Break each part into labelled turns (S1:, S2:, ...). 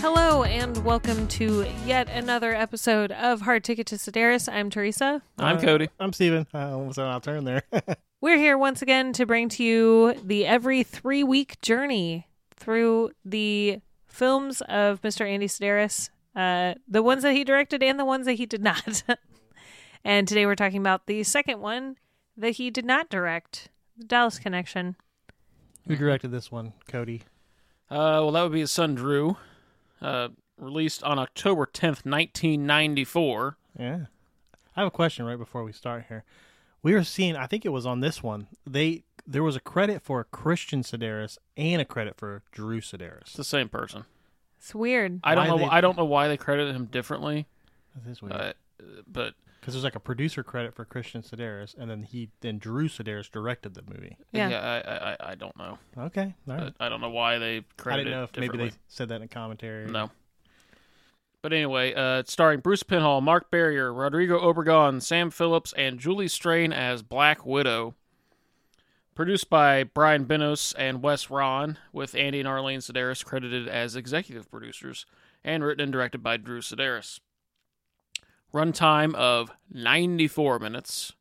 S1: Hello and welcome to yet another episode of Hard Ticket to Sedaris. I'm Teresa.
S2: I'm
S3: Uh,
S2: Cody.
S3: I'm Steven. Uh, I almost had an out turn there.
S1: We're here once again to bring to you the every three week journey through the films of Mr. Andy Sedaris, uh, the ones that he directed and the ones that he did not. and today we're talking about the second one that he did not direct, The Dallas Connection.
S3: Who directed this one? Cody.
S2: Uh, well, that would be his son Drew, uh, released on October 10th, 1994.
S3: Yeah. I have a question right before we start here. We were seeing, I think it was on this one. They there was a credit for Christian Sedaris and a credit for Drew
S2: It's
S3: Sedaris.
S2: the same person.
S1: It's weird.
S2: I don't
S3: Why
S2: know.
S3: they-
S2: I don't know why they credited him differently,
S3: That is weird.
S2: uh, but
S3: Because there's like a producer credit for Christian Sedaris, and then he then Drew Sedaris directed the movie.
S1: Yeah.
S2: yeah, I, I, I don't know.
S3: Okay, all right.
S2: I- I don't know why they
S3: I
S2: credited.
S3: didn't know
S2: Uh, it
S3: if maybe they
S2: differently.
S3: said that in commentary.
S2: No. But anyway, uh, it's starring Bruce Pinhall, Mark Barrier, Rodrigo Obregon, Sam Phillips, and Julie Strain as Black Widow. Produced by Brian Benos and Wes Ron, with Andy and Arlene Sedaris credited as executive producers, and written and directed by Drew Sedaris. Runtime of 94 minutes.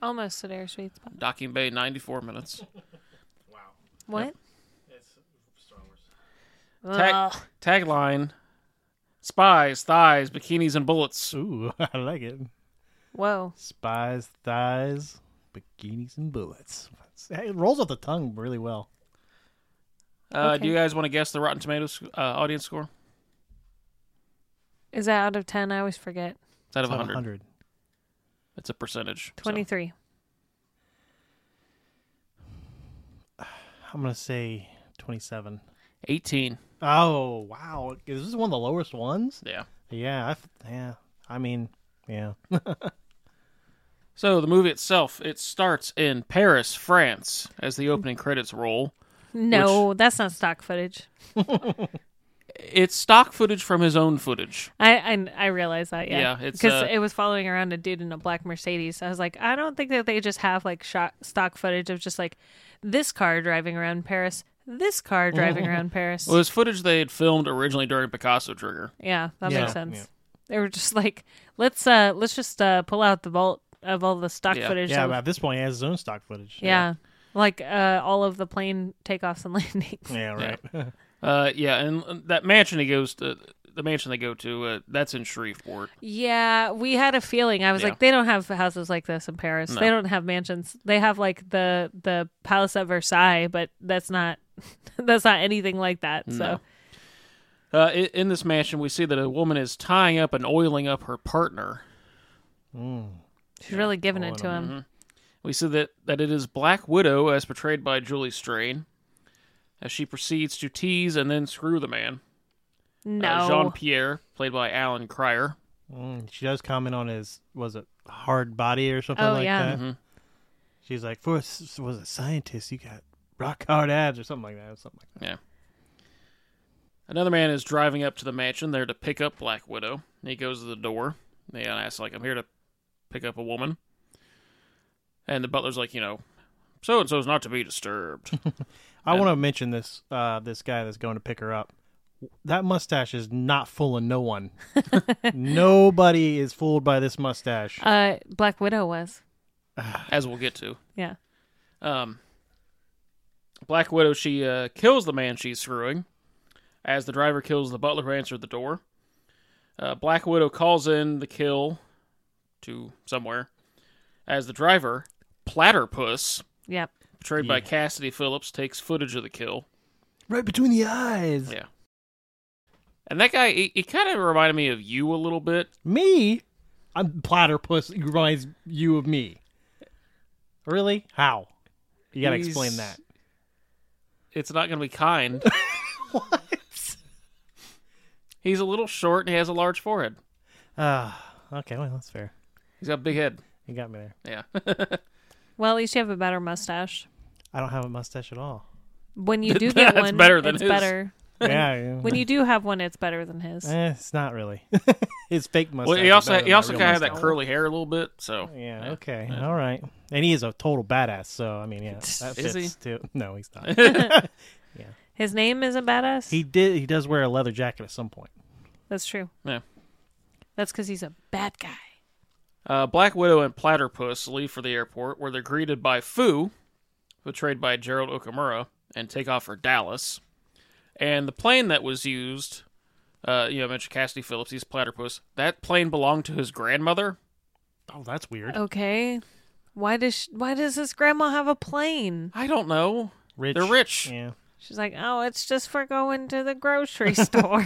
S1: Almost Sedaris sweet spot.
S2: Docking Bay, 94 minutes.
S1: What?
S2: Tag-
S1: Ugh.
S2: tagline Spies, thighs, bikinis, and bullets.
S3: Ooh, I like it.
S1: Whoa.
S3: Spies, thighs, bikinis, and bullets. It rolls off the tongue really well.
S2: Uh,
S1: Okay.
S2: Do you guys want to guess the Rotten Tomatoes uh, audience score?
S1: Is that out of 10? I always forget.
S2: It's out of
S3: It's out
S2: 100. It's a percentage. so.
S1: 23.
S3: I'm gonna say 27.
S2: 18.
S3: Oh wow, is this one of the lowest ones?
S2: Yeah.
S3: Yeah, I f yeah. I mean, yeah.
S2: So the movie itself, it starts in Paris, France, as the opening credits roll.
S1: No, that's not stock footage.
S2: It's stock footage from his own footage.
S1: I I, I realize that. Yeah,
S2: Yeah, it's,
S1: because
S2: uh,
S1: it was following around a dude in a black Mercedes. I was like, I don't think that they just have like shot stock footage of just like this car driving around Paris, this car driving around Paris.
S2: Well, it's footage they had filmed originally during Picasso Trigger.
S1: yeah, that
S3: Yeah.
S1: makes sense. They were just like, let's uh let's just uh pull out the vault of all the stock
S2: Yeah.
S1: footage.
S3: yeah,
S1: of-
S3: but at this point, he has his own stock footage.
S1: yeah. Like uh, all of the plane takeoffs and landings.
S3: Yeah, right.
S2: Uh, yeah, and that mansion he goes to, the mansion they go to, uh, that's in Shreveport.
S1: Yeah, we had a feeling. I was
S2: Yeah.
S1: like, they don't have houses like this in Paris.
S2: No.
S1: They don't have mansions. They have like the the Palace at Versailles, but that's not that's not anything like that. So
S2: No. Uh, i- in this mansion, we see that a woman is tying up and oiling up her partner.
S1: she's really giving
S3: Oh,
S1: it to
S3: I
S1: him.
S2: We see that, that it is Black Widow, as portrayed by Julie Strain, as she proceeds to tease and then screw the man.
S1: No,
S2: Mm-hmm. Uh, Jean Pierre, played by Alan Cryer.
S3: Mm, she does comment on his was it hard body or something
S1: Oh,
S3: like
S1: yeah.
S3: that. She's like, for a s- was a scientist, you got rock hard abs or something like that. Something like
S2: Yeah. Another man is driving up to the mansion there to pick up Black Widow. He goes to the door and asks, like, I'm here to pick up a woman. And the butler's like, you know, so and so's not to be disturbed.
S3: that. I want to mention this uh, this guy that's going to pick her up. That mustache is not fooling no one. Nobody is fooled by this mustache.
S1: uh, Black Widow was.
S2: as we'll get to.
S1: Yeah,
S2: Um, Black Widow, she uh, kills the man she's screwing as the driver kills the butler who answered the door. Uh, Black Widow calls in the kill to somewhere as the driver, Platterpuss,
S1: yep.
S2: portrayed by Cassidy Phillips, takes footage of the kill.
S3: right between the eyes.
S2: Yeah. And that guy, he, he kind of reminded me of you a little bit.
S3: Me? I'm platypus reminds you of me. Really? How? You gotta
S2: He's-
S3: explain that.
S2: It's not going to be kind.
S3: What?
S2: He's a little short and he has a large forehead.
S3: Ah, okay, well that's fair.
S2: He's got a big head.
S3: You got me there.
S2: Yeah.
S1: Well, at least you have a better mustache.
S3: I don't have a mustache at all.
S1: When you do get
S2: That's
S1: one,
S2: better than
S1: it's
S2: his.
S1: better.
S3: yeah, yeah.
S1: When you do have one, it's better than his.
S3: Eh, it's not really. his fake mustache.
S2: Well, he
S3: is
S2: also
S3: better
S2: he
S3: than
S2: also
S3: my
S2: kind
S3: real
S2: of had that
S3: mustache.
S2: curly hair a little bit. So
S3: Yeah. Okay. All right. And he is a total badass. So I mean, yeah, that fits
S2: Is he?
S3: too. No, he's not.
S1: His name isn't badass.
S3: he did. He does wear a leather jacket at some point.
S1: That's true.
S2: yeah.
S1: That's because he's a bad guy.
S2: Uh, Black Widow and Platypus leave for the airport, where they're greeted by Fu, portrayed by Gerald Okamura, and take off for Dallas. And the plane that was used, uh, you know, I mentioned Cassidy Phillips, he's Platypus. That plane belonged to his grandmother.
S3: Oh, that's weird.
S1: Okay. Why does sh why does his grandma have a plane?
S2: I don't know.
S3: Rich.
S2: They're rich.
S3: Yeah.
S1: She's like, oh, it's just for going to the grocery store.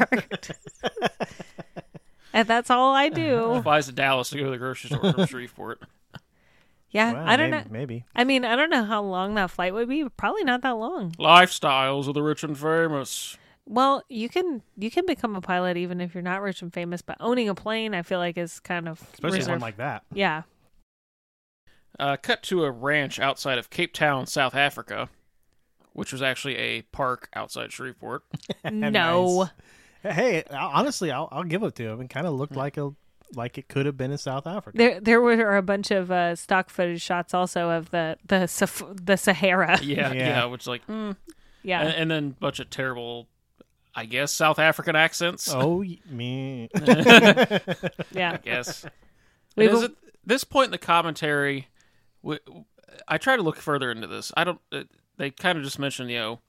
S1: and that's all I
S3: Uh-huh.
S1: do.
S2: Flies to Dallas to go to the grocery store from Shreveport.
S1: Yeah,
S3: Well,
S1: I don't
S3: maybe,
S1: know.
S3: Maybe.
S1: I mean, I don't know how long that flight would be. Probably not that long.
S2: Lifestyles of the rich and famous.
S1: Well, you can you can become a pilot even if you're not rich and famous, but owning a plane, I feel like, is kind of
S3: Especially one
S1: reserved.
S3: like that.
S1: yeah.
S2: Uh, cut to a ranch outside of Cape Town, South Africa, which was actually a park outside Shreveport.
S1: no.
S3: Hey, I- honestly, I'll, I'll give it to him. It kind of looked like a like it could have been in South Africa.
S1: There, there were a bunch of uh, stock footage shots also of the the Saf- the Sahara.
S2: Yeah, yeah,
S3: Yeah.
S2: which like, mm.
S1: Yeah,
S2: and, and then a bunch of terrible, I guess, South African accents.
S3: Oh y- me.
S1: yeah.
S2: Yes.
S1: We
S2: And is
S1: will-
S2: it, this point in the commentary, we, I try to look further into this. I don't. Uh, they kind of just mentioned, you know,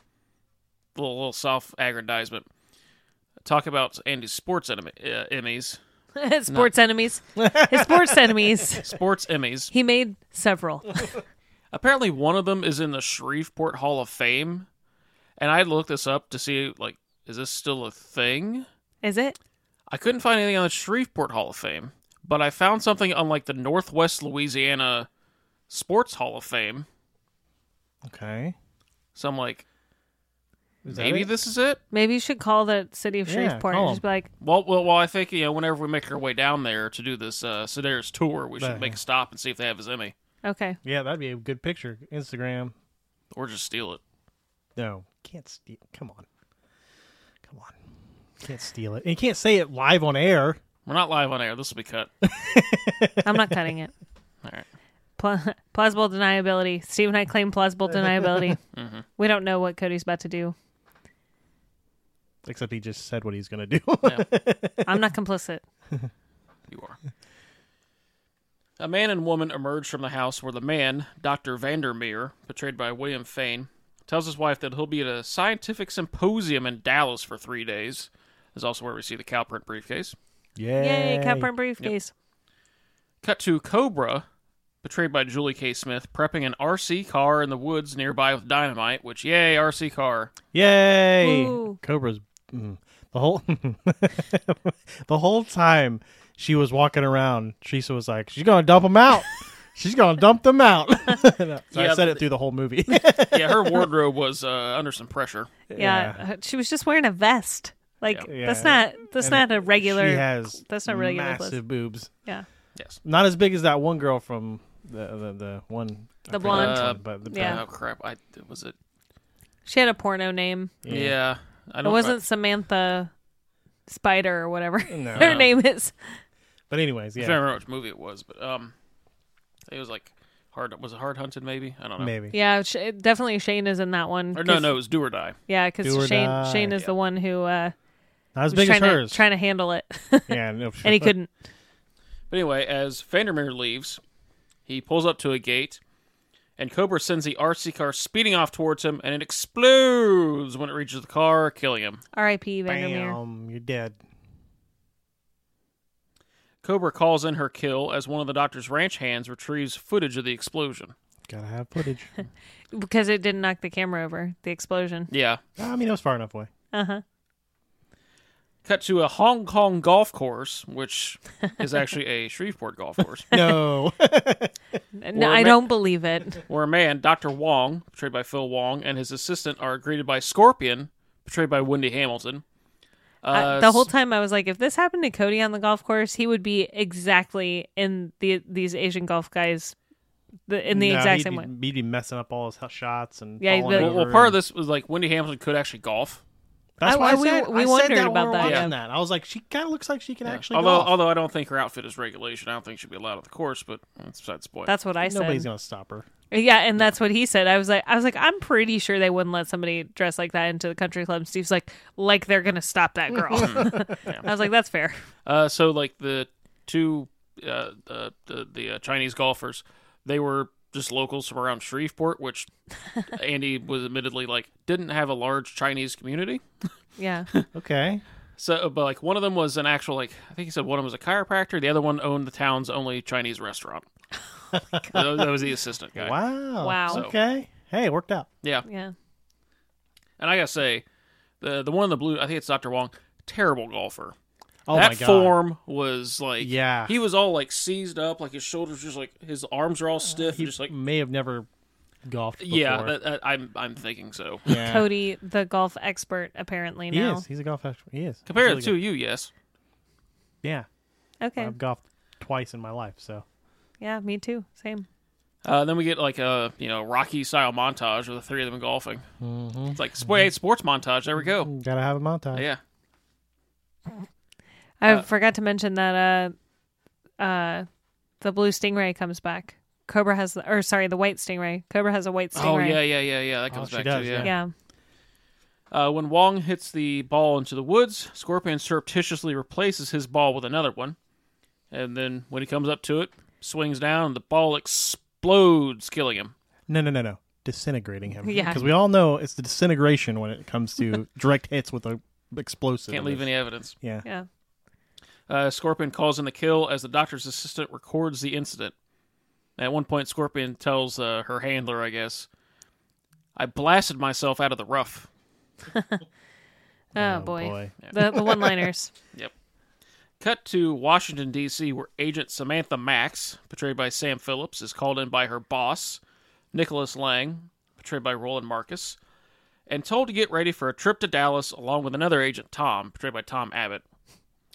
S2: a little, little self aggrandizement. Talk about Andy's sports enemy, uh, Emmys,
S1: His sports enemies. His sports enemies.
S2: sports Emmys.
S1: He made several.
S2: Apparently, one of them is in the Shreveport Hall of Fame, and I looked this up to see like, is this still a thing?
S1: Is it?
S2: I couldn't find anything on the Shreveport Hall of Fame, but I found something on like the Northwest Louisiana Sports Hall of Fame.
S3: okay.
S2: So I'm like,
S3: Is that
S2: maybe
S3: it?
S2: this is it.
S1: Maybe you should call the city of
S3: Yeah,
S1: Shreveport
S3: call
S1: and just be like,
S2: Well, well, well. I think you know, whenever we make our way down there to do this uh, Sedaris tour, we should
S3: Right.
S2: make a stop and see if they have his Emmy,
S1: okay,
S3: Yeah, that'd be a good picture. Instagram.
S2: or just steal it.
S3: No, can't steal. Come on, come on. Can't steal it. And you can't say it live on air.
S2: We're not live on air. This will be cut.
S1: I'm not cutting it.
S2: All right.
S1: Pla- plausible deniability. Steve and I claim plausible deniability. We don't know what Cody's about to do.
S3: Except he just said what he's gonna do.
S1: I'm not complicit.
S2: You are. A man and woman emerge from the house where the man, Dr. Vandermeer, portrayed by William Fane, tells his wife that he'll be at a scientific symposium in Dallas for three days. Is also where we see the cowprint briefcase.
S3: Yay!
S1: Yay, cup and briefcase.
S2: Cut to Cobra, portrayed by Julie K. Smith, prepping an RC car in the woods nearby with dynamite, which, yay, RC car.
S3: Yay!
S1: Woo.
S3: Cobra's mm, the whole the whole time she was walking around. Teresa was like, "She's gonna dump them out. She's gonna dump them out." so
S2: Yeah,
S3: I said
S2: but-
S3: it through the whole movie.
S2: Yeah, her wardrobe was uh, under some pressure.
S1: Yeah. uh, she was just wearing a vest. Like
S3: Yeah.
S1: that's not that's
S3: And
S1: not a regular.
S3: She has
S1: that's not regular. clothes.
S3: massive boobs.
S1: Yeah.
S2: Yes.
S3: Not as big as that one girl from the the, the one.
S1: The
S3: I forget
S1: blonde.
S3: which
S2: Uh,
S3: one, but the
S1: Yeah.
S2: Oh, crap. I Was it?
S1: She had a porno name.
S2: Yeah. I
S1: It
S2: don't
S1: wasn't Samantha Spider or whatever.
S3: No.
S1: Her name is.
S3: But anyways,
S2: I can't
S3: yeah,
S2: remember which movie it was, but um, it was like hard. Was it Hard Hunted? Maybe I don't know.
S3: maybe.
S1: Yeah, sh- definitely Shane is in that one.
S2: Or no,
S1: 'cause-
S2: no, it was Do or Die.
S1: Yeah, because
S3: Do or
S1: Shane
S3: die.
S1: Shane is the one who uh,
S3: Not as
S1: was
S3: big as
S1: trying to,
S3: hers.
S1: trying to handle it,
S3: yeah, no,
S1: and he couldn't.
S2: But anyway, as Vandermeer leaves, he pulls up to a gate, and Cobra sends the RC car speeding off towards him, and it explodes when it reaches the car, killing him.
S1: R.I.P. Vandermeer.
S3: Bam, you're dead.
S2: Cobra calls in her kill as one of the doctor's ranch hands retrieves footage of the explosion.
S3: Gotta have footage.
S1: because it didn't knock the camera over the explosion.
S2: Yeah.
S3: I mean, it was far enough away.
S1: Uh huh.
S2: Cut to a Hong Kong golf course, which is actually a Shreveport golf course.
S3: No,
S1: No,
S2: Or
S1: I
S2: ma-
S1: don't believe it.
S2: where a man, Dr. Wong, portrayed by Phil Wong, and his assistant are greeted by Scorpion, portrayed by Wendy Hamilton.
S3: uh,
S2: Uh,
S1: I- the whole time I was like, if this happened to Cody on the golf course, he would be exactly in the these Asian golf guys, the, in the
S3: No,
S1: exact
S3: he'd
S1: same
S3: be-
S1: way.
S3: He'd be messing up all his shots and
S1: Yeah, he'd
S3: falling
S1: be like-
S2: well,
S3: over
S2: well, part of
S3: and-
S2: this was like Wendy Hamilton could actually golf,
S3: That's
S1: I-
S3: why I,
S1: I- we-
S3: said,
S1: we
S3: I said
S1: wondered
S3: that
S1: about
S3: when we were
S1: that,
S3: watching
S1: yeah.
S3: that. I was like, she kind of looks like she can
S2: Yeah.
S3: actually.
S2: although,
S3: go off.
S2: although I don't think her outfit is regulation. I don't think she'd be allowed on the course, but that's besides the point.
S1: That's what I said.
S3: nobody's gonna stop her.
S1: Yeah, and that's what he said. I was like, I was like, I'm pretty sure they wouldn't let somebody dress like that into the country club. And Steve's like, like they're gonna stop that girl. I was like, that's fair.
S2: Uh, so like the two uh, the the, the uh, Chinese golfers, they were just locals from around Shreveport, which Andy was admittedly like didn't have a large Chinese community.
S1: Yeah,
S3: Okay,
S2: So, but like one of them was an actual like I think he said one of them was a chiropractor. The other one owned the town's only Chinese restaurant.
S3: Oh
S2: that that was the assistant guy.
S3: wow,
S1: Wow.
S3: okay. Hey, it worked out.
S2: Yeah,
S1: yeah.
S2: and I gotta say, the the one in the blue, I think it's Doctor Wong, terrible golfer.
S3: Oh
S2: that
S3: my god,
S2: form was like
S3: Yeah.
S2: he was all like seized up, like his shoulders just like his arms are all stiff,
S3: Uh, he
S2: just like
S3: may have never golfed. Before.
S2: Yeah, that, that, I'm I'm thinking so.
S3: yeah.
S1: Cody, the golf expert, apparently
S3: He
S1: now.
S3: is. He's a golf expert. He is.
S2: Compared
S3: He's
S2: to
S3: really
S2: you, yes.
S3: good. yeah,
S1: Okay,
S3: I've golfed twice in my life. So
S1: yeah, me too. Same.
S2: Uh, then we get like a you know Rocky style montage of the three of them golfing.
S3: Mm-hmm.
S2: It's like sp- sports montage. There we go.
S3: gotta have a montage.
S2: Yeah,
S1: I
S2: Uh,
S1: forgot to mention that uh, uh, the blue stingray comes back. Cobra has, the, or sorry, the white stingray. Cobra has a white stingray.
S2: Oh yeah, yeah, yeah, yeah. That
S3: Oh,
S2: comes
S3: she
S2: back
S3: does,
S2: to yeah.
S1: yeah.
S2: Uh, when Wong hits the ball into the woods, Scorpion surreptitiously replaces his ball with another one, and then when he comes up to it, swings down, and the ball explodes, killing him.
S3: No, no, no, no. Disintegrating him.
S1: Yeah.
S3: Because we all know it's the disintegration when it comes to direct hits with a explosive.
S2: Can't
S3: in
S2: leave
S3: this.
S2: any evidence.
S3: Yeah.
S1: yeah.
S2: Uh, Scorpion calls in the kill as the doctor's assistant records the incident. At one point, Scorpion tells uh, her handler, I guess, I blasted myself out of the rough.
S1: Oh, boy. The the one liners.
S2: Cut to Washington, D.C., where Agent Samantha Max, portrayed by Sam Phillips, is called in by her boss, Nicholas Lang, portrayed by Roland Marcus, and told to get ready for a trip to Dallas along with another agent, Tom, portrayed by Tom Abbott.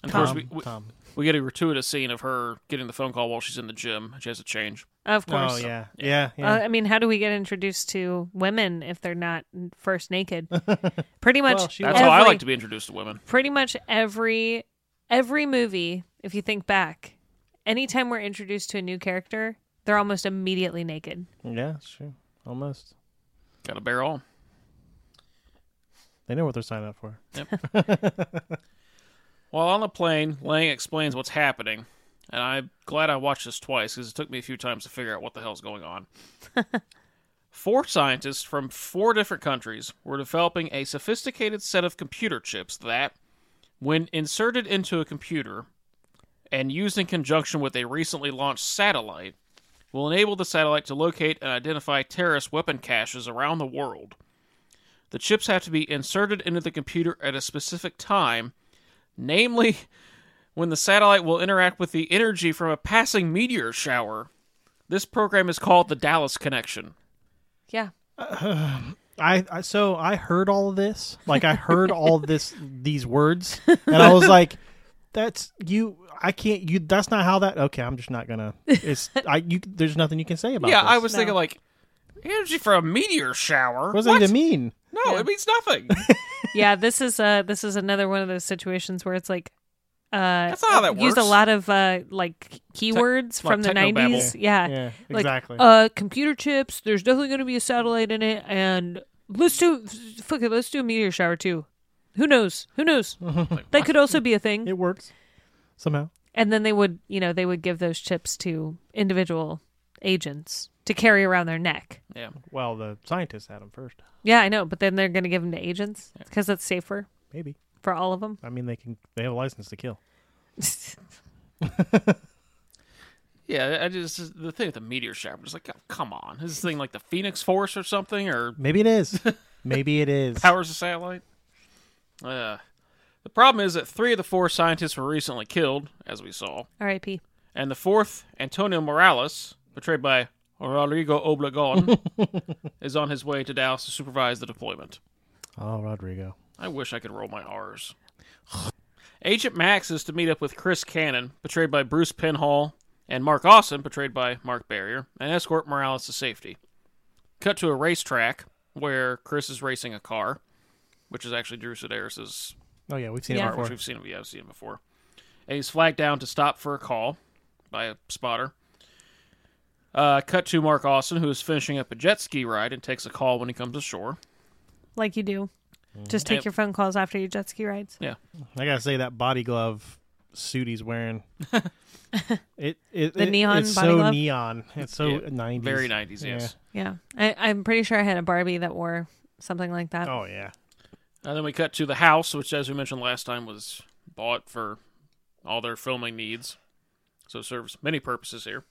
S2: And of
S3: Tom,
S2: course, we, we,
S3: Tom.
S2: we get a gratuitous scene of her getting the phone call while she's in the gym. She has to change.
S1: Of course.
S3: Oh yeah, yeah, yeah.
S1: Uh, I mean, how do we get introduced to women if they're not first naked? pretty much.
S3: Well, she
S2: That's
S1: every,
S2: how I like to be introduced to women.
S1: Pretty much every every movie, if you think back, anytime we're introduced to a new character, they're almost immediately naked.
S3: yeah, it's true. Almost.
S2: Got a barrel.
S3: They know what they're signing up for.
S2: While on the plane, Lang explains what's happening, and I'm glad I watched this twice because it took me a few times to figure out what the hell's going on. four scientists from four different countries were developing a sophisticated set of computer chips that, when inserted into a computer and used in conjunction with a recently launched satellite, will enable the satellite to locate and identify terrorist weapon caches around the world. The chips have to be inserted into the computer at a specific time, namely when the satellite will interact with the energy from a passing meteor shower. This program is called the Dallas Connection.
S1: Yeah.
S3: I, I so I heard all of this. Like I heard all this these words, and I was like, "That's you. I can't. You. That's not how that. Okay, I'm just not gonna. It's I. You. There's nothing you can say about.
S2: yeah,
S3: this.
S2: I was
S1: No.
S2: thinking like energy from a meteor shower.
S3: What does
S2: What?
S3: that even mean?
S2: No, it means nothing.
S1: Yeah, this is uh this is another one of those situations where it's like uh
S2: That's not how that
S1: used a
S2: works.
S1: lot of uh like keywords from the
S2: technobabble.
S1: 90s. Yeah.
S3: Yeah,
S1: Like,
S3: exactly.
S1: uh computer chips, there's definitely going to be a satellite in it and let's do fuck it, let's do a meteor shower too. Who knows? Who knows? that could also be a thing.
S3: it works somehow.
S1: and then they would, you know, they would give those chips to individual agents to carry around their neck.
S2: yeah.
S3: Well, the scientists had them first.
S1: Yeah, I know, but then they're going to give them to agents because that's safer
S3: Maybe.
S1: for all of them.
S3: I mean, they can. They have a license to kill.
S2: Yeah, I just the thing with the meteor shower was like, oh, come on, is this thing like the Phoenix Force or something, or
S3: Maybe it is. Maybe it is.
S2: powers the satellite? Uh, the problem is that three of the four scientists were recently killed, as we saw.
S1: RIP.
S2: And the fourth, Antonio Morales, portrayed by Rodrigo Oblegon, is on his way to Dallas to supervise the deployment.
S3: Oh, Rodrigo.
S2: I wish I could roll my R's. Agent Max is to meet up with Chris Cannon, portrayed by Bruce Penhall, and Mark Austin, portrayed by Mark Barrier, and escort Morales to safety. Cut to a racetrack where Chris is racing a car. which is actually Drew Sedaris's
S3: Oh yeah, we've seen
S1: Yeah.
S3: it
S2: art, which
S3: before.
S2: we've seen. Yeah, I've seen it before. And he's flagged down to stop for a call by a spotter. Uh, cut to Mark Austin, who is finishing up a jet ski ride and takes a call when he comes ashore.
S1: like you do. Just take
S2: Yep.
S1: your phone calls after your jet ski rides.
S3: I gotta say that body glove suit he's wearing. it, it
S1: The
S3: it-
S1: neon
S3: it's
S1: body
S3: so
S1: glove?
S3: neon. It's so
S2: Yeah,
S3: nineties.
S2: Very 90s, yes.
S1: Yeah, I, I'm pretty sure I had a Barbie that wore something like that.
S3: Oh yeah.
S2: And then we cut to the house, which, as we mentioned last time, was bought for all their filming needs. So it serves many purposes here.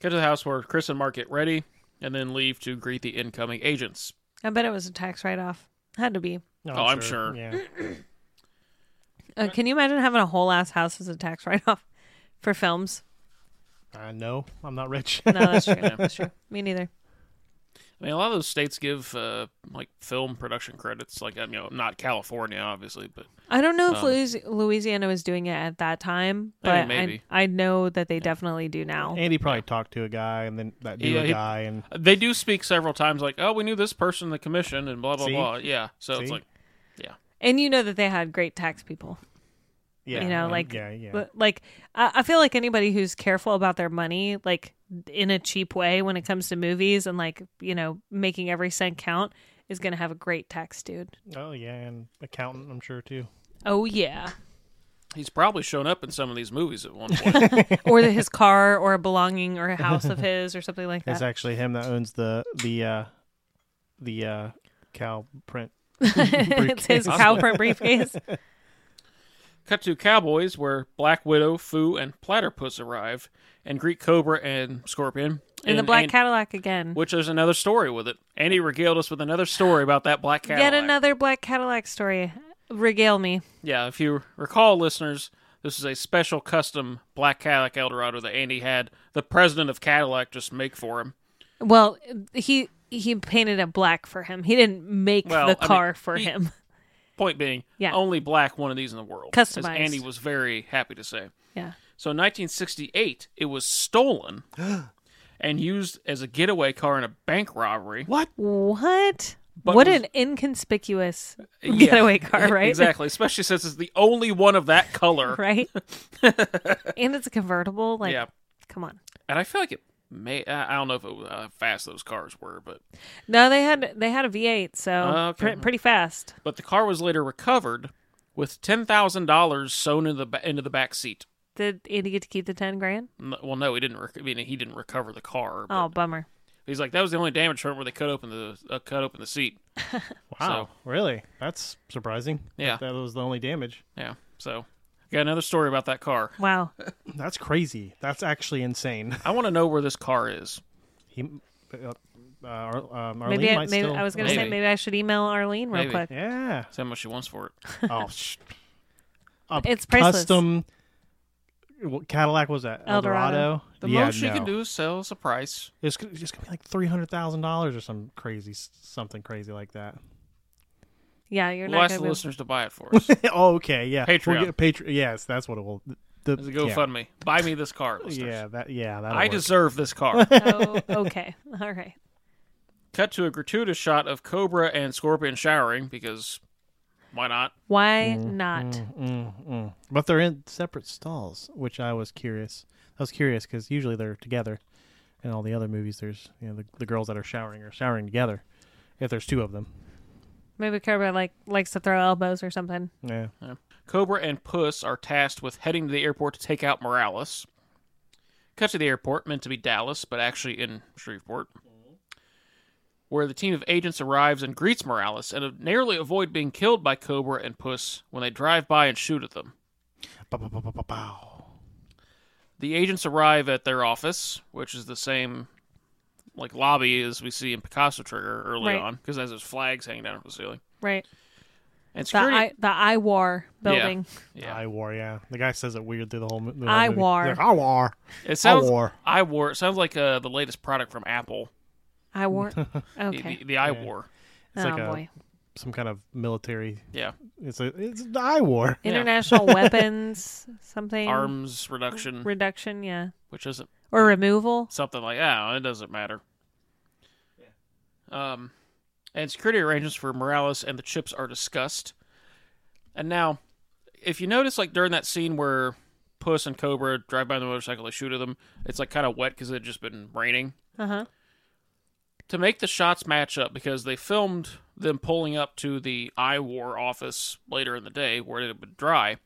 S2: Cut to the house where Chris and Mark get ready and then leave to greet the incoming agents.
S1: I bet it was a tax write off. Had to be.
S3: No,
S2: Oh, I'm sure.
S3: Yeah.
S1: Uh, can you imagine having a whole ass house as a tax write off for films?
S3: I know. I'm not rich.
S1: No, that's true. that's true. Me neither.
S2: I mean, a lot of those states give uh, like film production credits. Like, I mean, you know, not California, obviously, but
S1: I don't know if
S2: Um,
S1: Louis- Louisiana was doing it at that time,
S2: I mean,
S1: but I,
S2: maybe.
S1: I, know that they definitely do now.
S3: Andy probably talked to a guy and then that knew
S2: Yeah,
S3: a
S2: he-
S3: guy and
S2: they do speak several times. Like, oh, we knew this person in the commission, and blah blah
S3: See?
S2: blah. Yeah, so it's
S3: See?
S2: like
S1: And you know that they had great tax people.
S3: yeah,
S1: you know,
S3: um,
S1: like-
S3: yeah, yeah.
S1: But, like, I, I feel like anybody who's careful about their money, like in a cheap way when it comes to movies and like, you know, making every cent count is going to have a great tax dude.
S3: oh yeah, and accountant, I'm sure too.
S1: Oh, yeah.
S2: he's probably shown up in some of these movies at one point.
S1: or the- his car or a belonging or a house of his or something like
S3: It's
S1: that.
S3: actually him that owns the the uh the uh cow print.
S1: it's his
S2: briefcase.
S1: cow print briefcase.
S2: Cut to Cowboys, where Black Widow, Foo, and Platypus arrive and greet Cobra and Scorpion.
S1: In the black
S2: and-
S1: Cadillac again.
S2: which there's another story with it. Andy regaled us with another story about that black Cadillac.
S1: Yet another black Cadillac story. Regale me.
S2: Yeah, if you recall, listeners, this is a special custom black Cadillac Eldorado that Andy had the president of Cadillac just make for him.
S1: Well, he he painted it black for him. He didn't make
S2: Well,
S1: the
S2: I mean,
S1: car for
S2: he-
S1: him.
S2: Point being,
S1: Yeah.
S2: only black one of these in the world. As
S1: Customized.
S2: Andy was very happy to say.
S1: Yeah.
S2: So in 1968, it was stolen and used as a getaway car in a bank robbery.
S3: What?
S1: What?
S2: But
S1: what
S2: it was-
S1: an inconspicuous
S2: Yeah. e-
S1: getaway car, right?
S2: Exactly, especially since it's the only one of that color.
S1: Right. and it's a convertible. Like,
S2: Yeah.
S1: come on.
S2: And I feel like it may, I I don't know if it was, how fast those cars were, but
S1: No, they had they had a V8, so
S2: Oh, okay.
S1: pre- pretty fast.
S2: but the car was later recovered with ten thousand dollars sewn into the ba- into the back seat.
S1: Did Andy get to keep the ten grand?
S2: N- Well, no, he didn't. Rec- I mean, he didn't recover the car. but
S1: Oh, bummer.
S2: he's like that was the only damage from it where they cut open the uh, cut open the seat.
S3: Wow. Really? That's surprising.
S2: Yeah.
S3: That was the only damage.
S2: Yeah, so got another story about that car.
S1: Wow.
S3: That's crazy. That's actually insane.
S2: I want to know where this car is.
S3: He, uh, uh, Ar- um, Arlene
S1: Maybe I,
S3: might
S1: maybe
S3: still-
S1: I was gonna say
S2: Maybe.
S1: maybe I should email Arlene real
S2: Maybe.
S1: quick.
S3: Yeah.
S2: See how much she wants for it.
S3: Oh, sh-
S1: It's priceless.
S3: custom. uh, What Cadillac was that?
S1: Eldorado.
S3: Eldorado.
S2: The
S3: yeah,
S2: most
S3: no.
S2: you can do is sell us a price.
S3: It's, g- it's just gonna be like three hundred thousand dollars or some crazy s- something crazy like that.
S1: Yeah, you're
S2: We'll
S1: not
S2: ask
S1: gonna
S2: the
S1: be able-
S2: listeners to buy it for us.
S3: oh, okay, yeah.
S2: Patreon.
S3: Patreon. Yes, that's what it will. The
S2: There's a
S3: yeah.
S2: GoFundMe. Buy me this car, listeners.
S3: Yeah, that. Yeah, that.
S2: I deserve this car.
S1: Oh, okay. All right.
S2: Cut to a gratuitous shot of Cobra and Scorpion showering because why not?
S1: Why
S3: Mm-hmm.
S1: not?
S3: But they're in separate stalls, which I was curious. I was curious because usually they're together. In all the other movies, there's you know the, the girls that are showering are showering together. If there's two of them,
S1: Maybe Cobra like likes to throw elbows or something.
S3: yeah.
S2: Cobra and Puss are tasked with heading to the airport to take out Morales. Cut to the airport, meant to be Dallas, but actually in Shreveport, where the team of agents arrives and greets Morales and narrowly avoid being killed by Cobra and Puss when they drive by and shoot at them.
S3: Ba-ba-ba-ba-ba-bow.
S2: The agents arrive at their office, which is the same like lobby as we see in Picasso Trigger early
S1: Right.
S2: on, because there's those flags hanging down from the ceiling.
S1: Right.
S2: And
S1: The
S2: security,
S1: I, the IWAR building.
S2: yeah,
S3: I war, yeah. The guy says it weird through the whole, mo- the whole
S1: I
S3: movie.
S1: war.
S3: He's Like, I war.
S2: It sounds
S3: wore.
S2: I wore. It sounds like uh, the latest product from Apple.
S1: IWAR.
S2: The-
S1: Okay.
S2: The, the I war.
S3: It's
S1: oh
S3: like a-
S1: boy.
S3: Some kind of military.
S2: Yeah.
S3: It's a. It's the I war.
S2: yeah.
S1: International weapons something
S2: Arms reduction,
S1: reduction, yeah.
S2: which isn't ah,
S1: Or removal.
S2: something like that. It doesn't matter. Um, and security arrangements for Morales and the chips are discussed. And now, if you notice, like during that scene where Puss and Cobra drive by on the motorcycle, they shoot at them. It's like kind of wet because it had just been raining.
S1: Uh
S3: Uh-huh.
S1: huh.
S2: To make the shots match up, because they filmed them pulling up to the I War office later in the day where it would dry.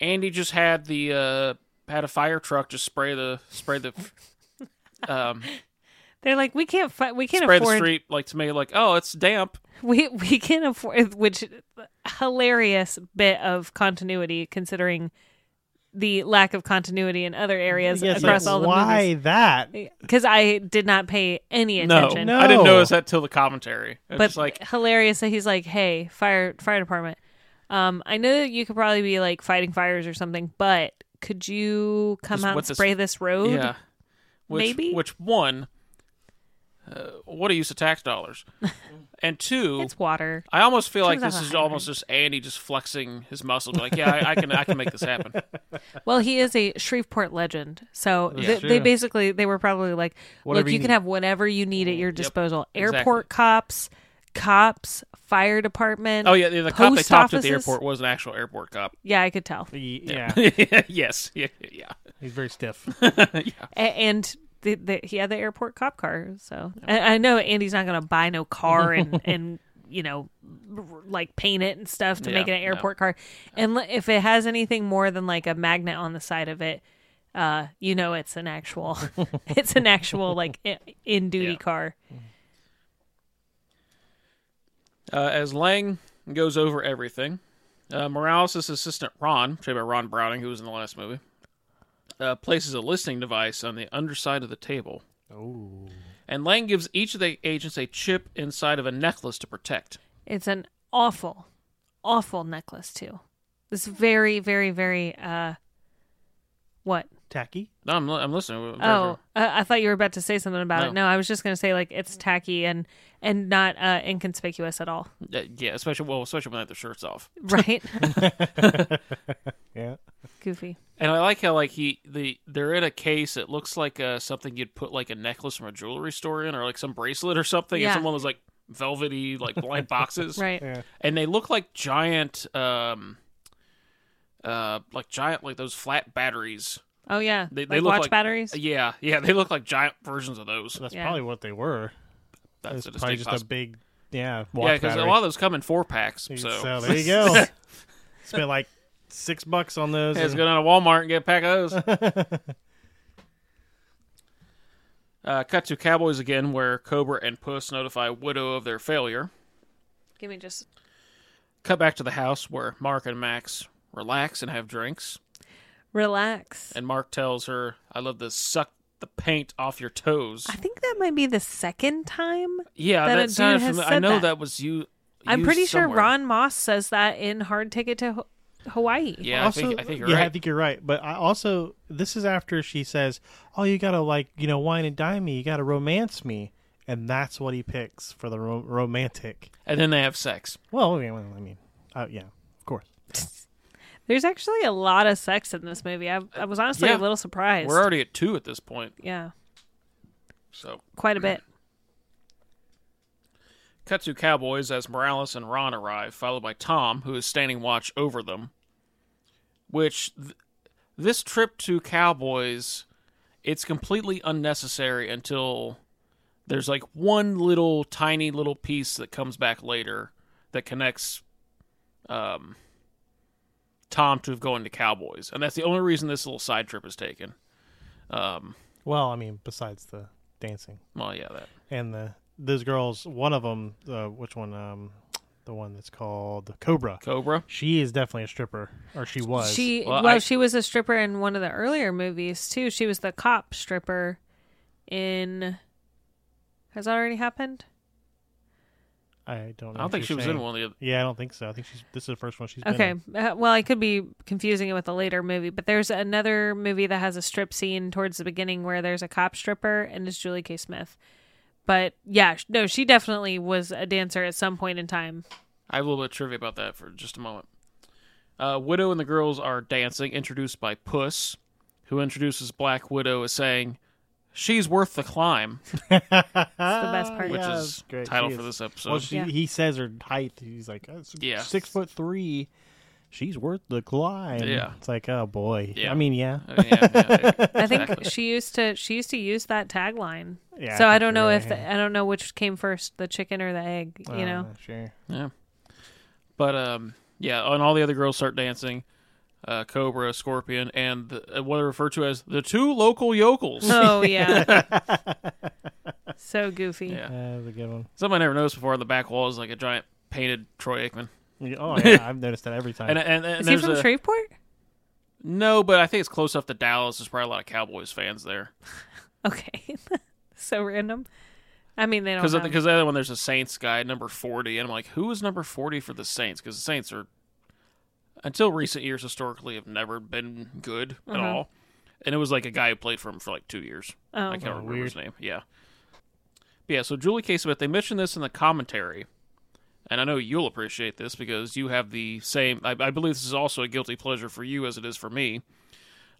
S2: Andy just had the uh, had a fire truck just spray the spray the um,
S1: They're like, we can't fi- we can't
S2: spray the
S1: afford
S2: street like to me like oh it's damp
S1: we we can afford which hilarious bit of continuity considering the lack of continuity in other areas
S3: Yes,
S1: across
S3: like,
S1: all the
S3: why
S1: movies
S3: that?
S1: because i did not pay any attention
S3: No.
S2: I didn't notice that till the commentary. It's
S1: but
S2: just like
S1: hilarious that he's like hey fire fire department um i know that you could probably be like fighting fires or something but could you come
S2: Just
S1: out and
S2: what's this-
S1: spray this road
S2: yeah, which,
S1: maybe?
S2: which one? Uh, what a use of tax dollars, and two.
S1: it's water
S2: I almost feel like
S1: Turns
S2: this
S1: out
S2: is
S1: I-
S2: almost just Andy just flexing his muscles. Like, yeah, I, I can, I can make this happen.
S1: well he is a shreveport legend so
S3: That's
S1: th-
S3: true.
S1: they basically they were probably like
S3: Oh, Whatever
S1: Look,
S3: you
S1: you, can
S3: need.
S1: have whatever you need at your disposal.
S2: exactly.
S1: Airport cops, cops, fire department.
S2: Oh yeah, the, the cop they
S1: Post
S2: topped at the
S1: offices?
S2: airport was an actual airport cop.
S1: yeah, I could tell.
S3: He- yeah,
S2: yes, yeah, yeah.
S3: he's very stiff.
S1: A- and the, the, he had the airport cop car. So I, I know Andy's not going to buy no car and and you know r- like paint it and stuff to
S2: Yeah,
S1: make it an
S2: no.
S1: airport car. And li- if it has anything more than like a magnet on the side of it, uh, you know it's an actual, it's an actual like in duty
S2: Yeah.
S1: car.
S2: Uh, as Lang goes over everything, uh, Morales' assistant Ron, played by Ron Browning, who was in the last movie, uh, places a listening device on the underside of the table.
S3: oh,
S2: And Lang gives each of the agents a chip inside of a necklace to protect.
S1: It's an awful, awful necklace too. This very, very, very uh, what?
S3: tacky.
S2: No, I'm, I'm listening.
S1: Oh, uh, I thought you were about to say something about it.
S2: No.
S1: No, I was just gonna say like it's tacky and and not uh, inconspicuous at all,
S2: Uh, yeah, especially well, especially when they have their shirts off.
S1: right?
S3: Yeah.
S1: Goofy.
S2: And I like how like he the they're in a case. It looks like uh, something you'd put like a necklace from a jewelry store in, or like some bracelet or something.
S1: Yeah.
S2: And someone was like velvety, like blind boxes,
S1: Right.
S3: Yeah.
S2: and they look like giant um uh like giant like those flat batteries
S1: Oh yeah.
S2: they,
S1: like
S2: they look
S1: watch
S2: like
S1: batteries.
S2: yeah yeah they look like giant versions of those
S3: So that's
S1: Yeah.
S3: probably what they were.
S2: that's
S3: It's
S2: a
S3: probably
S2: distinct
S3: just a
S2: possi-
S3: big, yeah, watch
S2: yeah because a
S3: battery.
S2: lot of those come in four packs so,
S3: So there you go. Spent like six bucks on those.
S2: Yeah, let's
S3: and-
S2: go down to Walmart and get a pack of those. uh, cut to Cowboys again, where Cobra and Puss notify Widow of their failure.
S1: Give me just.
S2: Cut back to the house where Mark and Max relax and have drinks.
S1: Relax.
S2: And Mark tells her, I love to suck the paint off your toes.
S1: I think that might be the second time.
S2: yeah,
S1: that a
S2: that,
S1: dude
S2: sounded
S1: has
S2: familiar. I
S1: said
S2: know
S1: that.
S2: that, was you.
S1: I'm
S2: used
S1: pretty sure
S2: somewhere.
S1: Ron Moss says that in Hard Ticket to Ho- Hawaii.
S2: Yeah,
S3: also,
S2: I think, I think you're
S3: yeah, I
S2: right.
S3: think you're right. But I also, this is after she says, "Oh, you gotta like, you know, wine and dine me. You gotta romance me," and that's what he picks for the ro- romantic.
S2: And then they have sex.
S3: Well, I mean, well, I mean, uh, yeah, of course.
S1: There's actually a lot of sex in this movie. I, I was honestly
S2: Yeah.
S1: a little surprised.
S2: We're already at two at this point.
S1: yeah,
S2: So
S1: quite a bit.
S2: Cut to Cowboys as Morales and Ron arrive, followed by Tom, who is standing watch over them. Which, th- this trip to Cowboys, it's completely unnecessary until there's like one little tiny little piece that comes back later that connects um, Tom to going to Cowboys. And that's the only reason this little side trip is taken. Um,
S3: Well, I mean, besides the dancing
S2: well, yeah, that.
S3: and the those girls, one of them, uh, which one? Um, the one that's called Cobra.
S2: Cobra?
S3: She is definitely a stripper, or she was.
S1: She
S2: Well,
S1: well,
S2: I-
S1: she was a stripper in one of the earlier movies too. She was the cop stripper in. Has that already happened?
S3: I don't. know
S2: I don't
S3: what
S2: think
S3: you're
S2: she was
S3: saying.
S2: in one of the.
S3: Yeah, I don't think so. I think she's. This is the first one she's been
S1: Okay.
S3: in.
S1: Uh, well, I could be confusing it with a later movie, but there's another movie that has a strip scene towards the beginning where there's a cop stripper and it's Julie K. Smith. But yeah, sh- no, she definitely was a dancer at some point in time.
S2: I have a little bit of trivia about that for just a moment. Uh, Widow and the girls are dancing, introduced by Puss, who introduces Black Widow as saying, She's worth the climb.
S1: It's the best part.
S2: which
S3: Ah, Yeah,
S2: is
S3: it's great.
S2: title
S3: She
S2: for
S3: is-
S2: this episode.
S3: well, she,
S1: Yeah.
S3: he says her height. He's like, "Uh, s-
S2: Yeah.
S3: six foot three. She's worth the climb.
S2: Yeah.
S3: It's like, oh boy.
S2: Yeah.
S3: I mean, yeah.
S2: Uh, yeah, yeah,
S1: I think
S2: exactly.
S1: she used to she used to use that tagline.
S3: yeah
S1: so I don't
S3: think you're
S1: know
S3: right,
S1: if the,
S3: yeah.
S1: I don't know which came first, the chicken or the egg. You
S3: Oh,
S1: know,
S3: Sure.
S2: Yeah. But um, yeah, and all the other girls start dancing. Uh, Cobra, Scorpion, and the, uh, what are referred to as the two local yokels.
S1: Oh yeah. so goofy.
S2: Yeah.
S3: That was a good one.
S2: Something I never noticed before on the back wall is like a giant painted Troy Aikman.
S3: Yeah, Oh, yeah. I've noticed that every time.
S2: And and, and
S1: Is he
S2: there's
S1: from
S2: a,
S1: Shreveport?
S2: no, but I think it's close enough to Dallas. There's probably a lot of Cowboys fans there
S1: Okay. so random. I mean, they don't.
S2: because
S1: Have,
S2: because the other one there's a Saints guy number forty, and I'm like, who is number forty for the Saints? Because the Saints are until recent years historically have never been good at
S1: Mhm.
S2: all. And it was like a guy who played for him for like two years.
S1: oh,
S2: I can't
S3: Oh,
S2: remember his name. Yeah. But yeah, so Julie K. Smith, they mentioned this in the commentary. And I know you'll appreciate this because you have the same. I, I believe this is also a guilty pleasure for you as it is for me.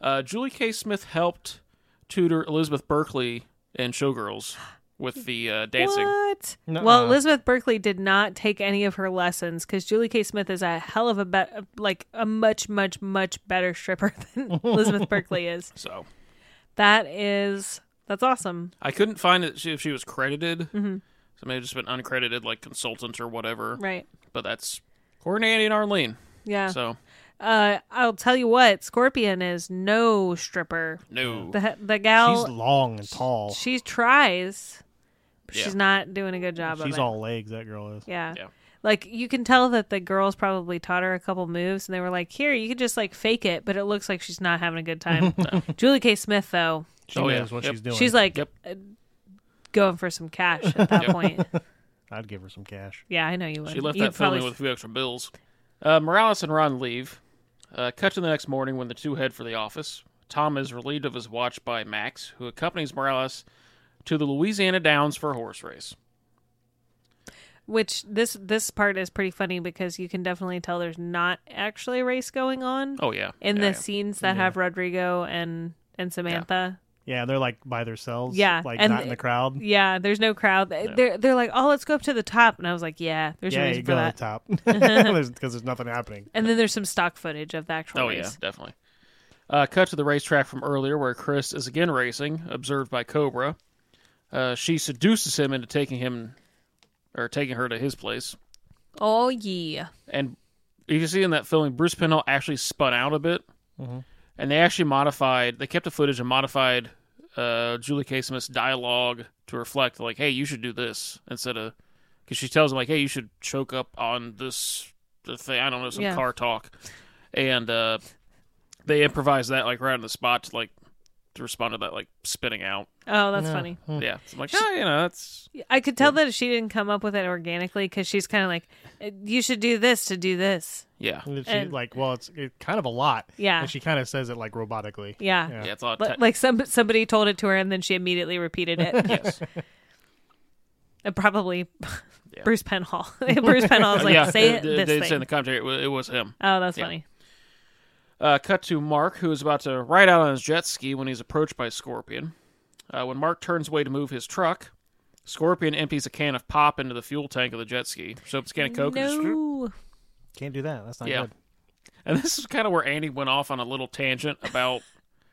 S2: Uh, Julie K. Smith helped tutor Elizabeth Berkley and Showgirls with the uh, dancing.
S1: What?
S3: Nuh-uh.
S1: Well, Elizabeth Berkley did not take any of her lessons because Julie K. Smith is a hell of a be- like a much, much, much better stripper than Elizabeth Berkley is.
S2: So
S1: That is that's awesome.
S2: I couldn't find it she, if she was credited.
S1: Mm-hmm.
S2: So maybe just been uncredited, like consultant or whatever.
S1: Right.
S2: But that's Courtney Andy, and Arlene.
S1: Yeah.
S2: So
S1: Uh, I'll tell you what, Scorpion is no stripper.
S2: no,
S1: The the
S3: she's
S1: gal
S3: long and tall.
S1: she tries, but
S2: Yeah.
S1: she's not doing a good job of
S3: She's
S1: it.
S3: all legs. That girl is.
S1: yeah.
S2: Yeah.
S1: Like you can tell that the girls probably taught her a couple moves and they were like, "Here, you can just like fake it," but it looks like she's not having a good time. Julie K. Smith though,
S3: She
S2: Oh, yeah.
S3: knows what
S2: Yep.
S3: she's doing.
S1: she's like
S2: Yep.
S1: uh, going for some cash at that point.
S3: I'd give her some cash.
S1: Yeah, I know you would.
S2: She left
S1: You'd
S2: that filming
S1: probably-
S2: with a few extra bills. Uh, Morales and Ron leave. Uh, cut to the next morning when the two head for the office. Tom is relieved of his watch by Max, who accompanies Morales to the Louisiana Downs for a horse race.
S1: which this this part is pretty funny because you can definitely tell there's not actually a race going on.
S2: Oh yeah,
S1: in
S2: yeah, Mm-hmm.
S1: the
S2: yeah.
S1: scenes that have Rodrigo and and Samantha.
S3: Yeah, they're like by themselves.
S1: Yeah,
S3: like
S1: and-
S3: not in the crowd.
S1: Yeah, there's no crowd. They- They're they're like, oh, let's go up to the top, and I was like, yeah, there's a
S3: yeah, you
S1: reason
S3: go
S1: for that.
S3: to the top because there's nothing happening.
S1: And then there's some stock footage of the actual
S2: Oh yeah,
S1: race.
S2: definitely. Uh, cut to the racetrack from earlier where Chris is again racing, observed by Cobra. Uh, she seduces him into taking him or taking her to his place.
S1: Oh yeah,
S2: And you can see in that filming, Bruce Pennell actually spun out a bit, and they actually modified. They kept the footage and modified uh, Julie K. Smith's dialogue to reflect, like, "Hey, you should do this instead of," because she tells him, like, "Hey, you should choke up on this the thing." I don't know some
S1: Yeah.
S2: car talk, and uh, they improvised that like right on the spot to like to respond to that like spinning out.
S1: oh that's funny.
S2: Yeah, so I'm like, oh, you know, that's
S1: I could tell that she didn't come up with it organically because she's kind of like, "Eh, you should do this to do this.
S2: yeah,
S3: And she,
S1: And-
S3: like, well, it's it, kind of a lot.
S1: Yeah.
S3: and she kind of says it like robotically.
S1: Yeah,
S2: yeah, it's a lot. of
S1: Li-
S2: tech-
S1: like some somebody told it to her and then she immediately repeated it.
S2: yes.
S1: And probably Bruce Penhall. Bruce Penhall's like,
S2: yeah,
S1: say it
S2: they,
S1: this
S2: they
S1: thing.
S2: say in the commentary it wa- it was him.
S1: oh, that's
S2: Yeah.
S1: funny.
S2: Uh, cut to Mark, who is about to ride out on his jet ski when he's approached by Scorpion. Uh, when Mark turns away to move his truck, Scorpion empties a can of pop into the fuel tank of the jet ski. So it's a can of Coke. and just-
S1: No.
S3: Can't do that. That's not
S2: Yeah.
S3: good.
S2: And this is kind of where Andy went off on a little tangent about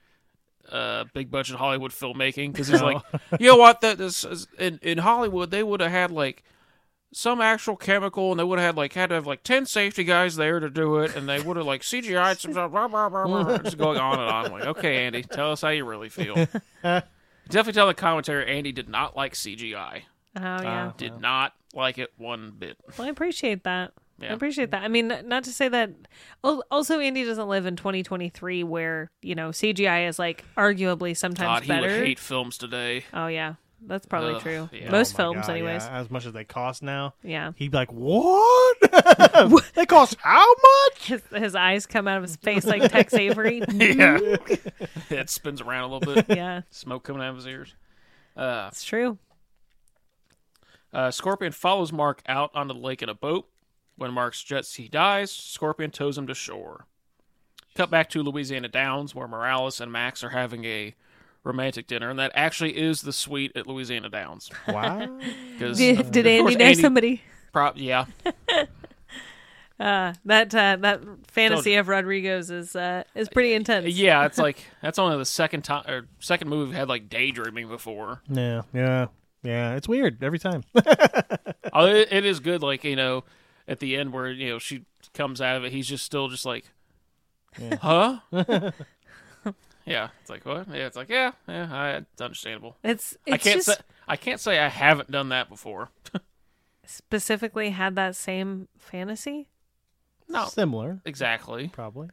S2: uh, big budget Hollywood filmmaking because he's like, you know what? That this is, in in Hollywood they would have had like some actual chemical and they would have had like had to have like ten safety guys there to do it and they would have like CGI'd some blah, blah, blah, blah, blah. just going on and on. I'm like, okay, Andy, tell us how you really feel. Definitely tell the commentary Andy did not like CGI.
S1: Oh yeah.
S2: Did not like it one bit.
S1: Well, I appreciate that.
S2: Yeah.
S1: I appreciate that. I mean, n- not to say that. al- Also, Andy doesn't live in 2023, where you know CGI is like arguably sometimes
S2: God, he would
S1: better.
S2: hate films today.
S1: oh yeah, that's probably
S2: Ugh,
S1: true.
S2: yeah.
S1: Most
S3: Oh my
S1: films,
S3: God,
S1: anyways.
S3: yeah. As much as they cost now,
S1: Yeah.
S3: he'd be like, "What? they cost how much?"
S1: His, his eyes come out of his face like Tex Avery.
S2: Yeah. it spins around a little bit.
S1: yeah,
S2: smoke coming out of his ears.
S1: it's true.
S2: Uh, Scorpion follows Mark out onto the lake in a boat. When Mark's jet ski dies, Scorpion tows him to shore. Cut back to Louisiana Downs, where Morales and Max are having a romantic dinner, and that actually is the suite at Louisiana Downs.
S3: Wow.
S2: Because
S1: Did, did
S2: of course
S1: Andy know
S2: Andy-
S1: somebody?
S2: prop, yeah,
S1: Uh, that uh, that fantasy of Rodrigo's is uh, is pretty intense.
S2: yeah. It's like that's only the second time or second movie we've had like daydreaming before.
S3: yeah. Yeah. Yeah. It's weird every time.
S2: Oh, it, it is good. Like you know, at the end where you know she comes out of it, he's just still just like, huh? yeah. It's like what? Yeah. It's like yeah. Yeah. I, it's understandable.
S1: It's it's
S2: I can't
S1: just
S2: say I can't say I haven't done that before.
S1: specifically had that same fantasy.
S2: no,
S3: Similar,
S2: exactly.
S3: probably.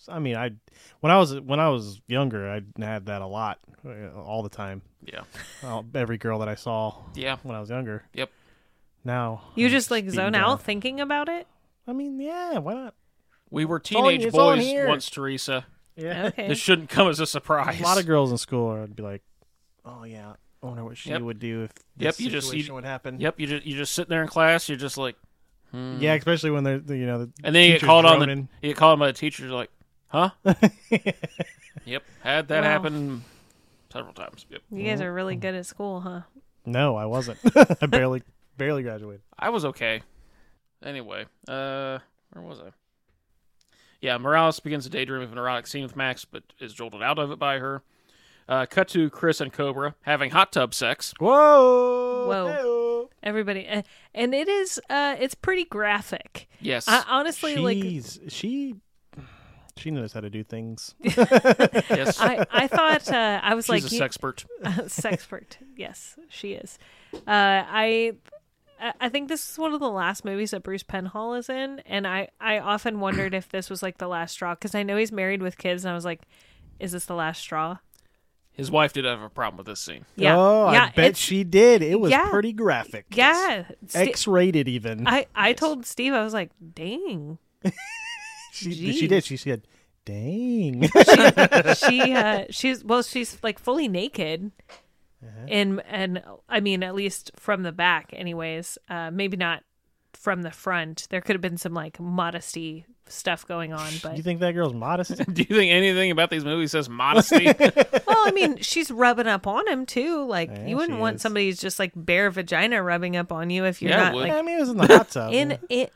S3: So, I mean, I when I was when I was younger, I had that a lot, uh, all the time.
S2: Yeah.
S3: Well, every girl that I saw
S2: Yeah.
S3: when I was younger.
S2: Yep.
S3: Now
S1: You
S3: I'm
S1: just like
S3: beaten
S1: zone
S3: down.
S1: out thinking about it.
S3: I mean, yeah. Why not?
S2: We were
S3: all-
S2: teenage
S3: it's all in
S2: boys
S3: here.
S2: once, Teresa.
S3: Yeah.
S1: Okay.
S2: This shouldn't come as a surprise.
S3: A lot of girls in school, I'd be like, "Oh yeah, I wonder what she
S2: Yep.
S3: would do if
S2: Yep,
S3: this
S2: you just-
S3: situation
S2: you-
S3: would happen."
S2: Yep, you just you just sitting there in class, you're just like, hmm.
S3: Yeah, especially when they're the- you know, the
S2: and then you get
S3: teacher's
S2: called on the
S3: droning.
S2: you get called on by the teacher, you're like, huh? yep, had that
S1: Wow.
S2: happen several times. Yep,
S1: You guys are really good at school, huh?
S3: No, I wasn't. I barely barely graduated.
S2: I was okay. Anyway, uh, where was I? Yeah, Morales begins to daydream of an erotic scene with Max, but is jolted out of it by her. Uh, cut to Chris and Cobra having hot tub sex.
S3: Whoa.
S1: Whoa. Everybody, eh, and it is uh, it's pretty graphic.
S2: Yes,
S1: I honestly like.
S3: She's she she knows how to do things.
S2: yes,
S1: I, I thought uh, I was
S2: she's
S1: like
S2: a
S1: you-
S2: sexpert.
S1: sexpert. Yes, she is. Uh, I I I think this is one of the last movies that Bruce Penhall is in, and I I often wondered if this was like the last straw because I know he's married with kids, and I was like, is this the last straw?
S2: His wife did have a problem with this scene.
S1: Yeah,
S3: Oh,
S1: yeah,
S3: I bet
S1: it's-
S3: she did. It was
S1: yeah.
S3: pretty graphic.
S1: Yeah, Ste-
S3: X rated even.
S1: I I told Steve I was like, dang,
S3: she, she did. She said, Dang.
S1: she uh, she's well, she's like fully naked,
S3: Uh-huh.
S1: and and I mean at least from the back, anyways. Uh, maybe not from the front. There could have been some like modesty stuff going on, but
S3: you think that girl's modest?
S2: Do you think anything about these movies says modesty?
S1: well, I mean, she's rubbing up on him too. Like
S3: Yeah,
S1: you wouldn't
S3: she
S1: want
S3: is.
S1: somebody who's just like bare vagina rubbing up on you if you're
S2: Yeah, I
S1: not
S2: would.
S1: like
S3: I mean, it was in the hot tub.
S1: in it.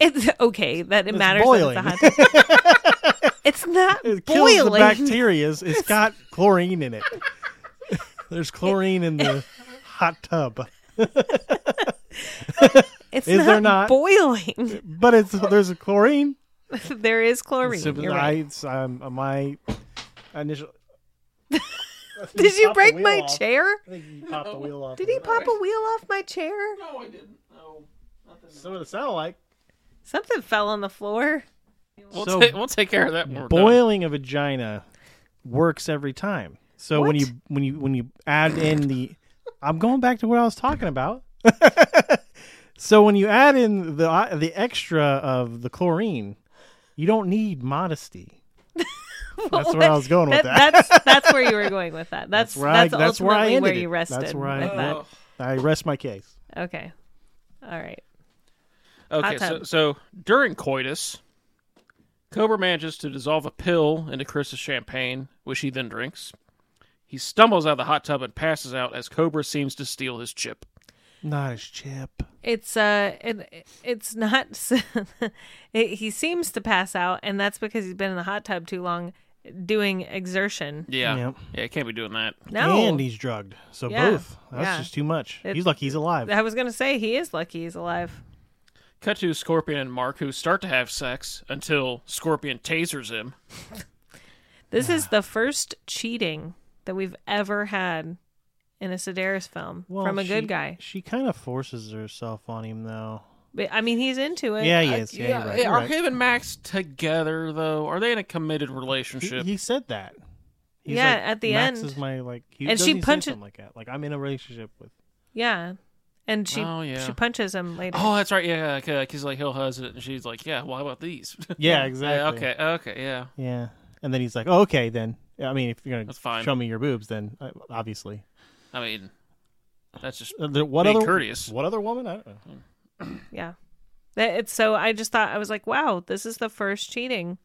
S1: It's okay that it
S3: It's
S1: matters.
S3: boiling.
S1: That it's, a hot- it's not
S3: it kills
S1: boiling.
S3: the bacteria. It's got chlorine in it. There's chlorine in the hot tub,
S1: It's
S3: Is
S1: not,
S3: there not?
S1: boiling.
S3: but it's there's a chlorine.
S1: there is chlorine.
S3: So
S1: You're right.
S3: I, so I'm- uh, my initial.
S1: Did you
S3: popped the
S1: break
S3: wheel
S1: my
S3: off.
S1: chair?
S3: I think you popped the wheel off.
S1: Did he pop a wheel off my chair?
S2: no, I didn't. No.
S3: That's what it sounded like.
S1: Something fell on the floor.
S2: We'll,
S3: So-
S2: ta- we'll take care of that. When we're done.
S3: Boiling a vagina works every time. So when
S1: What?
S3: you when you when you add in the, I'm going back to what I was talking about. so when you add in the uh, the extra of the chlorine, you don't need modesty. That's where I was going with that.
S1: That's that's where you were going with that. That's that's,
S3: where I- that's where I
S1: ultimately
S3: ended
S1: you
S3: it.
S1: rested.
S3: That's where I-
S1: with that.
S2: Oh.
S3: I rest my case.
S1: Okay. All right.
S2: Okay,
S1: Hot
S2: so,
S1: tub.
S2: so during coitus, Cobra manages to dissolve a pill into Chris's champagne, which he then drinks. He stumbles out of the hot tub and passes out as Cobra seems to steal his chip.
S3: Not as chip.
S1: It's uh, it, it's not. it, he seems to pass out, and that's because he's been in the hot tub too long, doing exertion.
S2: Yeah.
S3: Yep.
S2: Yeah, he can't be doing that.
S1: No,
S3: And he's drugged. So
S1: Yeah.
S3: both. That's
S1: Yeah.
S3: just too much.
S1: It-
S3: he's lucky he's alive.
S1: I was gonna say he is lucky he's alive.
S2: Cut to Scorpion and Mark, who start to have sex until Scorpion tasers him.
S1: This is the first cheating that we've ever had in a Sedaris film from a
S3: she-
S1: good guy.
S3: She kind of forces herself on him though.
S1: But, I mean, he's into it.
S3: Yeah, he is. Yeah, you're right. You're
S2: are
S3: right.
S2: him and Max together though? Are they in a committed
S3: He,
S2: relationship?
S3: he said that. He's
S1: Yeah,
S3: like,
S1: at the
S3: Max
S1: end.
S3: is my like. He,
S1: And
S3: doesn't
S1: she
S3: he say
S1: punches-
S3: something like that. Like I'm in a relationship with.
S1: Yeah. And she
S2: Oh, yeah.
S1: she punches him later.
S2: oh, that's right. Yeah, because like he'll has it, and she's like, "Yeah, well, how about these?"
S3: Yeah,
S2: Yeah,
S3: exactly.
S2: okay, okay, yeah.
S3: Yeah, and then he's like, oh, okay, then. I mean, if you're gonna
S2: That's fine.
S3: show me your boobs, then uh, obviously.
S2: I mean, that's just
S3: Uh, there- what
S2: Being
S3: other
S2: courteous.
S3: What other woman? I don't know.
S1: Yeah. That- It's so I just thought I was like, wow, this is the first cheating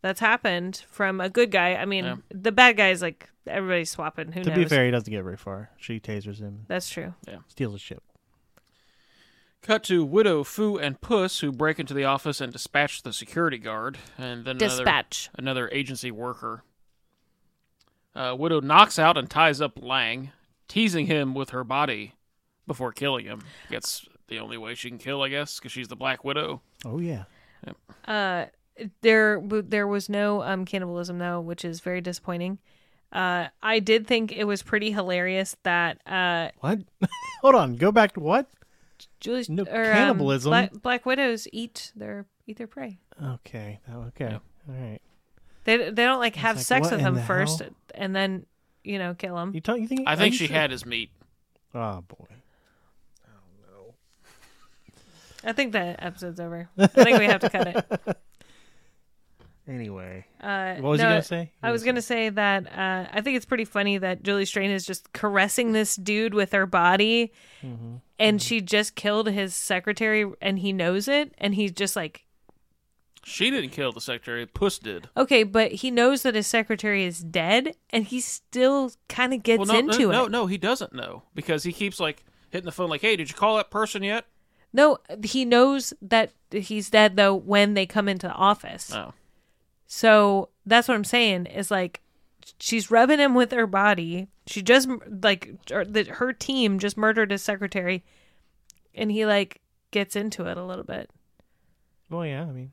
S1: that's happened from a good guy. I mean,
S2: Yeah.
S1: the bad guy is like everybody's swapping. Who
S3: To
S1: knows?
S3: be fair, he doesn't get very far. She tasers him,
S1: That's true.
S3: steals his ship.
S2: Cut to Widow, Foo, and Puss, who break into the office and dispatch the security guard, and then another,
S1: Dispatch.
S2: another agency worker. Uh, Widow knocks out and ties up Lang, teasing him with her body before killing him. That's the only way she can kill, I guess, because she's the Black Widow.
S3: Oh yeah,
S1: Uh, there, w- there was no um cannibalism though, which is very disappointing. Uh, I did think it was pretty hilarious that uh,
S3: what? Hold on, go back. to What?
S1: Julie's
S3: No
S1: or, um,
S3: cannibalism.
S1: Black, black widows eat their eat their prey.
S3: Okay, oh, okay,
S2: Yep.
S3: all right.
S1: They they don't like have
S3: like,
S1: sex
S3: what
S1: with
S3: in
S1: them
S3: the
S1: first,
S3: hell?
S1: and then you know kill them.
S3: You talk, You think?
S2: I
S3: are
S2: think
S3: you
S2: she
S3: sure?
S2: had his meat.
S3: Oh boy.
S1: I think that episode's over. I think we have to cut it.
S3: Anyway,
S1: Uh,
S3: what was
S1: no,
S3: he gonna say?
S1: I was gonna say that uh, I think it's pretty funny that Julie Strain is just caressing this dude with her body,
S2: Mm-hmm.
S1: and she just killed his secretary, and he knows it, and he's just like,
S2: She didn't kill the secretary. Puss did.
S1: okay, but he knows that his secretary is dead, and he still kind of gets
S2: well, no,
S1: into
S2: no,
S1: it.
S2: no, no, he doesn't know because he keeps like hitting the phone, like, "Hey, did you call that person yet?"
S1: No, he knows that he's dead though when they come into the office.
S2: No.
S1: So that's what I'm saying is like she's rubbing him with her body. She just like or the, her team just murdered his secretary, and he like gets into it a little bit.
S3: Well, yeah. I mean,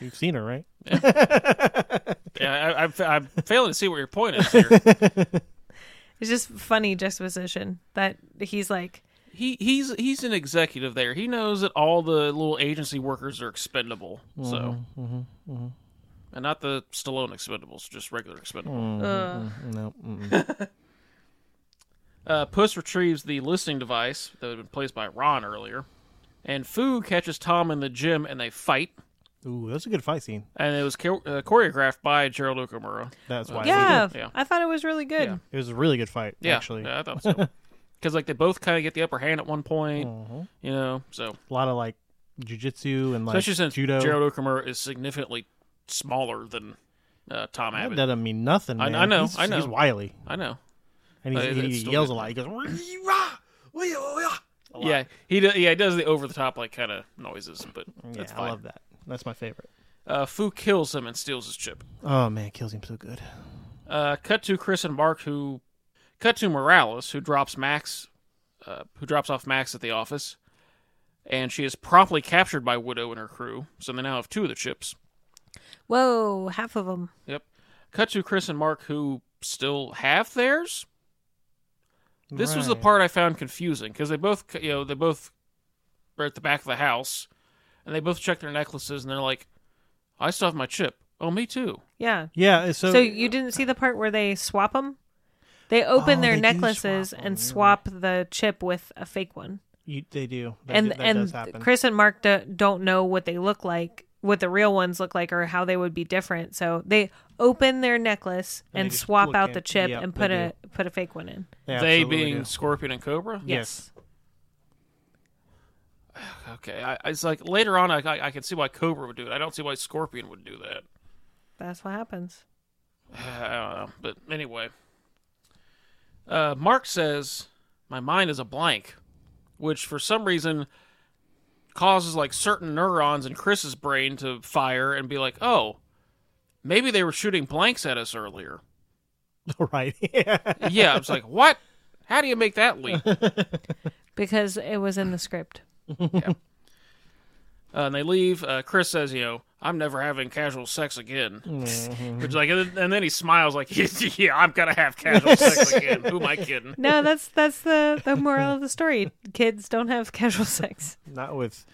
S3: you've seen her, right?
S2: Yeah, I, I'm, I'm failing to see what your point is here.
S1: It's just funny juxtaposition that he's like,
S2: he he's he's an executive there. He knows that all the little agency workers are expendable. So,
S3: Mm-hmm,
S2: and not the Stallone expendables, just regular expendable.
S1: ugh.
S3: Mm, No. mm-mm.
S2: Uh, Puss retrieves the listening device that had been placed by Ron earlier, and Foo catches Tom in the gym and they fight.
S3: Ooh, that's a good fight scene.
S2: And it was cho- uh, choreographed by Gerald Okamura.
S3: That's why.
S1: yeah,
S2: Yeah.
S1: I thought it was really good.
S2: Yeah.
S3: It was a really good fight,
S2: Yeah,
S3: actually.
S2: yeah, I thought so. Because like they both kind of get the upper hand at one point,
S3: Mm.
S2: you know. So
S3: Mm-hmm. A lot of like jujitsu and like
S2: especially since
S3: judo.
S2: Gerald Okamura is significantly smaller than uh, Tom
S3: that
S2: Abbott.
S3: doesn't mean nothing.
S2: I- I
S3: Man.
S2: know,
S3: He's,
S2: I know.
S3: He's wily,
S2: I know.
S3: and he's,
S2: Uh,
S3: he,
S2: it's
S3: he
S2: still
S3: yells
S2: good.
S3: a lot. He goes,
S2: Yeah, he do, yeah he does the over the top like kind of noises, but that's
S3: yeah,
S2: fine.
S3: I love that. That's my favorite.
S2: Uh, Fu kills him and steals his chip.
S3: Oh man, kills him so good.
S2: Uh, cut to Chris and Mark who cut to Morales who drops Max, uh, who drops off Max at the office, and she is promptly captured by Widow and her crew. So they now have two of the chips.
S1: Whoa, half of them.
S2: Yep. Cut to Chris and Mark who still have theirs. This was the
S3: Right.
S2: part I found confusing because they both, you know, they both were at the back of the house, and they both check their necklaces, and they're like, "I still have my chip." Oh, me too.
S1: Yeah.
S3: Yeah. So,
S1: So, you didn't see the part where they swap them? They open
S3: Oh,
S1: their
S3: they do swap
S1: necklaces
S3: 'em,
S1: and
S3: you're
S1: swap the chip with a fake one.
S3: you, they do. That,
S1: and
S3: do- that does happen.
S1: and Chris and Mark do, don't know what they look like, what the real ones look like, or how they would be different. So they open their necklace
S3: And they
S1: and,
S3: just
S1: swap
S3: look
S1: out
S3: in-
S1: the chip
S3: yep,
S1: and
S3: they
S1: put a put a fake one in.
S2: they
S3: absolutely
S2: being
S3: do.
S2: Scorpion and Cobra.
S1: Yes.
S2: Okay, I, I- it's like later on, I, I I can see why Cobra would do it. I don't see why Scorpion would do that.
S1: That's what happens.
S2: I don't know, but anyway, uh, Mark says my mind is a blank, which for some reason causes like certain neurons in Chris's brain to fire and be like, oh, maybe they were shooting blanks at us earlier.
S3: right. Yeah.
S2: yeah, I was like, what? How do you make that leap?
S1: Because it was in the script.
S2: Uh, and they leave. Uh, Chris says, you know, I'm never having casual sex again. Which like, and then- and then he smiles like, yeah, I'm gonna have casual sex again. Who am I kidding?
S1: No, that's that's the, the moral of the story. Kids don't have casual sex.
S3: Not with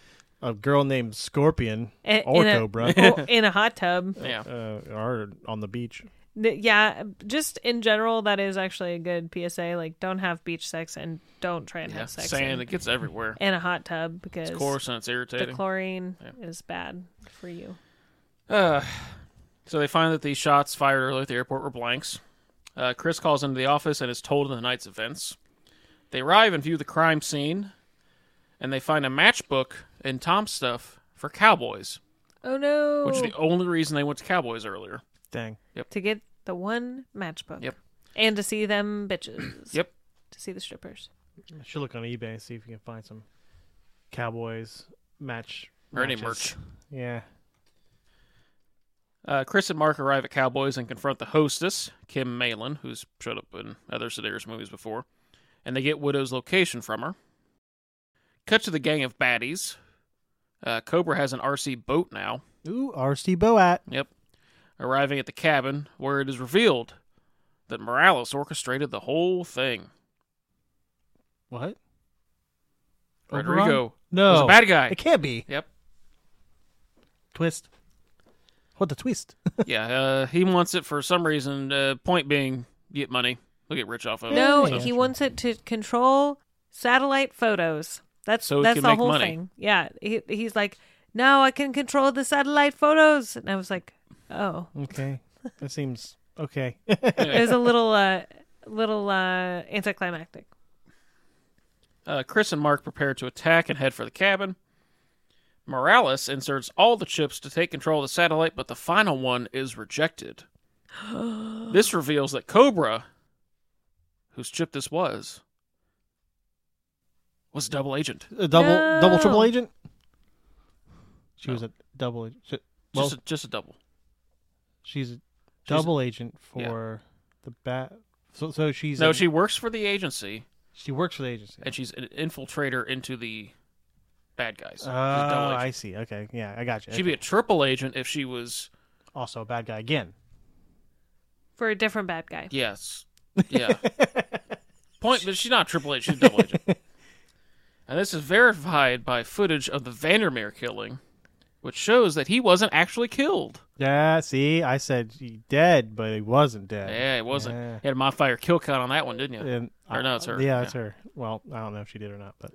S3: a girl named Scorpion
S1: I-
S3: or
S1: in a-
S3: Cobra.
S1: or in a hot tub.
S2: Yeah.
S3: uh, or on the beach.
S1: Th- Yeah, just in general, that is actually a good PSA. Like, don't have beach sex and don't try and
S2: Yeah,
S1: have sex
S2: sand
S1: in,
S2: it gets everywhere.
S1: in a hot tub because
S2: Of course, and it's
S1: the
S2: irritating.
S1: chlorine is bad for you.
S2: Uh, so they find that the shots fired earlier at the airport were blanks. Uh, Chris calls into the office and is told of the night's events. They arrive and view the crime scene, and they find a matchbook and Tom's stuff for cowboys.
S1: Oh no.
S2: which is the only reason they went to Cowboys earlier.
S3: Dang.
S1: to get the one matchbook.
S2: Yep.
S1: And to see them bitches.
S2: Yep.
S1: To see the strippers.
S3: I should look on eBay and see if you can find some Cowboys match
S2: Or any
S3: matches. Yeah.
S2: Uh, Chris and Mark arrive at Cowboys and confront the hostess, Kim Malin, who's showed up in other Sedaris movies before, and they get Widow's location from her. Cut to the gang of baddies. Uh, Cobra has an RC boat now.
S3: Ooh, RC Boat.
S2: Yep. Arriving at the cabin, where it is revealed that Morales orchestrated the whole thing.
S3: What? Oberon?
S2: Rodrigo
S3: No.
S2: was a bad guy.
S3: It can't be.
S2: Yep.
S3: Twist. What the twist?
S2: Yeah. Uh, he wants it for some reason. Uh, point being, get money. We'll get rich off of it.
S1: No,
S3: Yeah.
S1: he wants it to control satellite photos. That's
S2: So he
S1: that's
S2: can
S1: the
S2: make
S1: whole
S2: money.
S1: thing. Yeah, he, he's like, no, I can control the satellite photos, and I was like, oh,
S3: Okay. That seems okay.
S1: it was a little uh, little uh, anticlimactic.
S2: Uh, Chris and Mark prepare to attack and head for the cabin. Morales inserts all the chips to take control of the satellite, but the final one is rejected. this reveals that Cobra, whose chip this was, was a double agent.
S3: a double double triple
S1: No.
S3: agent? She
S2: No.
S3: was a double agent. She, well,
S2: Just, a, just a double.
S3: she's a double agent for the bat. So, so she's
S2: No,
S3: a-
S2: she works for the agency,
S3: she works for the agency.
S2: and she's an infiltrator into the bad guys. She's a
S3: Oh,
S2: double agent.
S3: I see. Okay, yeah, I got you.
S2: She'd be a triple agent if she was.
S3: also a bad guy again.
S1: For a different bad guy.
S2: Yes. Yeah. Point, but she's not triple agent. She's double agent. And this is verified by footage of the Vandermeer killing, which shows that he wasn't actually killed.
S3: Yeah, see, I said he dead, but he wasn't dead.
S2: Yeah, he wasn't.
S3: Yeah.
S2: You had a modifier kill count on that one, didn't you?
S3: And
S2: Or no, it's her,
S3: Yeah,
S2: yeah.
S3: it's her. Well, I don't know if she did or not, but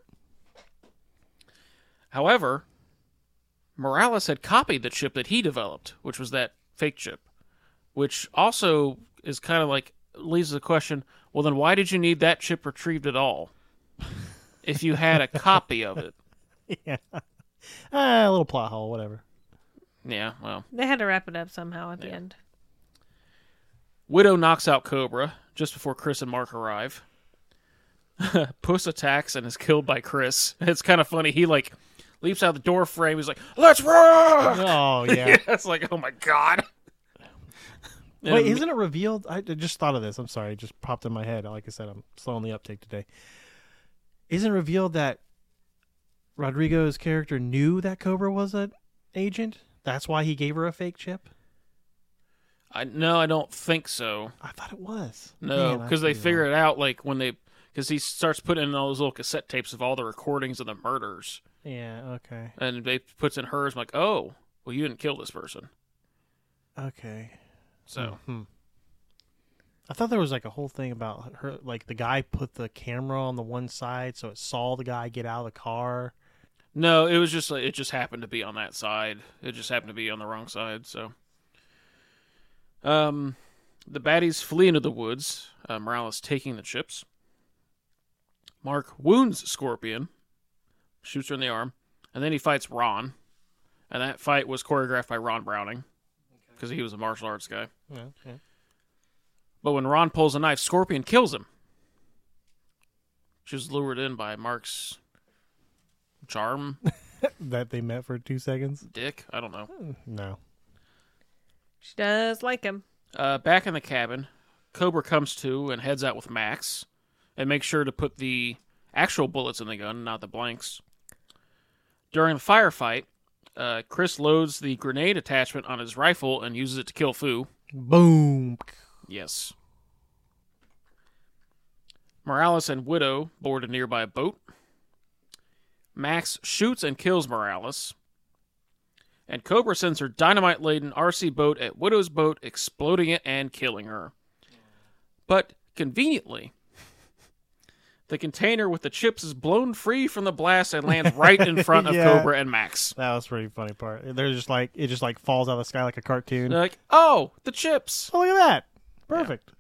S2: However, Morales had copied the chip that he developed, which was that fake chip, which also is kind of like leads to the question well, then why did you need that chip retrieved at all if you had a copy of it?
S3: yeah, ah, a little plot hole, whatever.
S2: Yeah, well.
S1: They had to wrap it up somehow at the end.
S2: Widow knocks out Cobra just before Chris and Mark arrive. Puss attacks and is killed by Chris. It's kind of funny. He like leaps out the door frame. He's like, "Let's rock!"
S3: Oh yeah.
S2: it's like, "Oh my god!" And
S3: Wait, isn't it revealed? I I just thought of this. I'm sorry, it just popped in my head. Like I said, I'm slow on the uptake today. Isn't it revealed that Rodrigo's character knew that Cobra was an agent? That's why he gave her a fake chip.
S2: I, no, I don't think so.
S3: I thought it was.
S2: No,
S3: Man, I
S2: because they
S3: could be
S2: figure
S3: wrong.
S2: it out like when they because he starts putting in all those little cassette tapes of all the recordings of the murders,
S3: Yeah. Okay.
S2: and they puts in hers. I'm like, "Oh, well, you didn't kill this person."
S3: Okay.
S2: So
S3: Hmm. I thought there was like a whole thing about her, like the guy put the camera on the one side so it saw the guy get out of the car.
S2: No, it was just like it just happened to be on that side. It just happened to be on the wrong side. So, um, the baddies flee into the woods. Uh, Morales taking the chips. Mark wounds Scorpion, shoots her in the arm, and then he fights Ron. And that fight was choreographed by Ron Browning because he was a martial arts guy.
S3: Okay.
S2: But when Ron pulls a knife, Scorpion kills him. She was lured in by Mark's charm,
S3: That they met for two seconds.
S2: dick. I don't know.
S3: No.
S1: She does like him.
S2: Uh, back in the cabin, Cobra comes to and heads out with Max, and makes sure to put the actual bullets in the gun, not the blanks. During the firefight, uh, Chris loads the grenade attachment on his rifle and uses it to kill Fu.
S3: Boom.
S2: Yes. Morales and Widow board a nearby boat. Max shoots and kills Morales. And Cobra sends her dynamite laden RC boat at Widow's boat, exploding it and killing her. But conveniently, the container with the chips is blown free from the blast and lands right in front of
S3: Yeah.
S2: Cobra and Max.
S3: That was a pretty funny part. They're just like it just like falls out of the sky like a cartoon.
S2: They're like, oh, the chips.
S3: oh look at that. Perfect.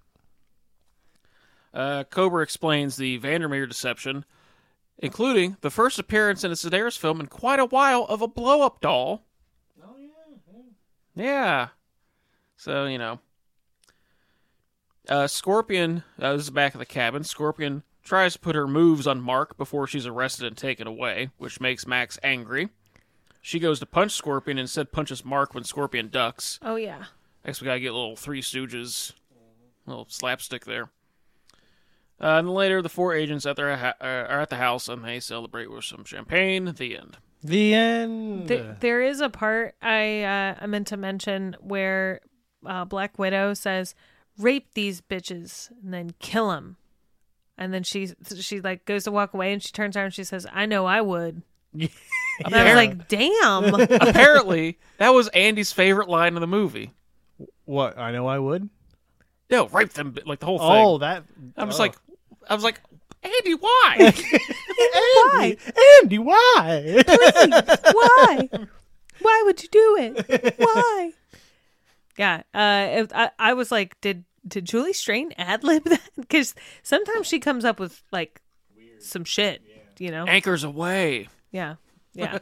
S2: Uh, Cobra explains the Vandermeer deception, including the first appearance in a Sedaris film in quite a while of a blow up doll.
S3: Oh yeah.
S2: Yeah. So, you know. Uh, Scorpion, uh, this is back at the cabin. Scorpion tries to put her moves on Mark before she's arrested and taken away, which makes Max angry. She goes to punch Scorpion and instead punches Mark when Scorpion ducks.
S1: Oh yeah.
S2: I guess we gotta get a little Three Stooges, little slapstick there. Uh, and later, the four agents at their ha- uh, are at the house and they celebrate with some champagne. The end.
S3: The end.
S1: There, there is a part I uh, I meant to mention where uh, Black Widow says, "Rape these bitches and then kill them," and then she she like goes to walk away and she turns around and she says, "I know I would." And I was like, "Damn!"
S2: Apparently, that was Andy's favorite line in the movie.
S3: what? I know I would.
S2: No, rape them, bi- like the whole thing.
S3: Oh, that.
S2: I'm just
S3: oh.
S2: like, I was like, Andy, why?
S3: Andy, Andy, why?
S1: Why? Why would you do it? Why? Yeah, uh, if- I I was like, did did Julie Strain ad lib that? Because sometimes she comes up with like some shit, you know?
S2: Anchors away.
S1: Yeah. Yeah.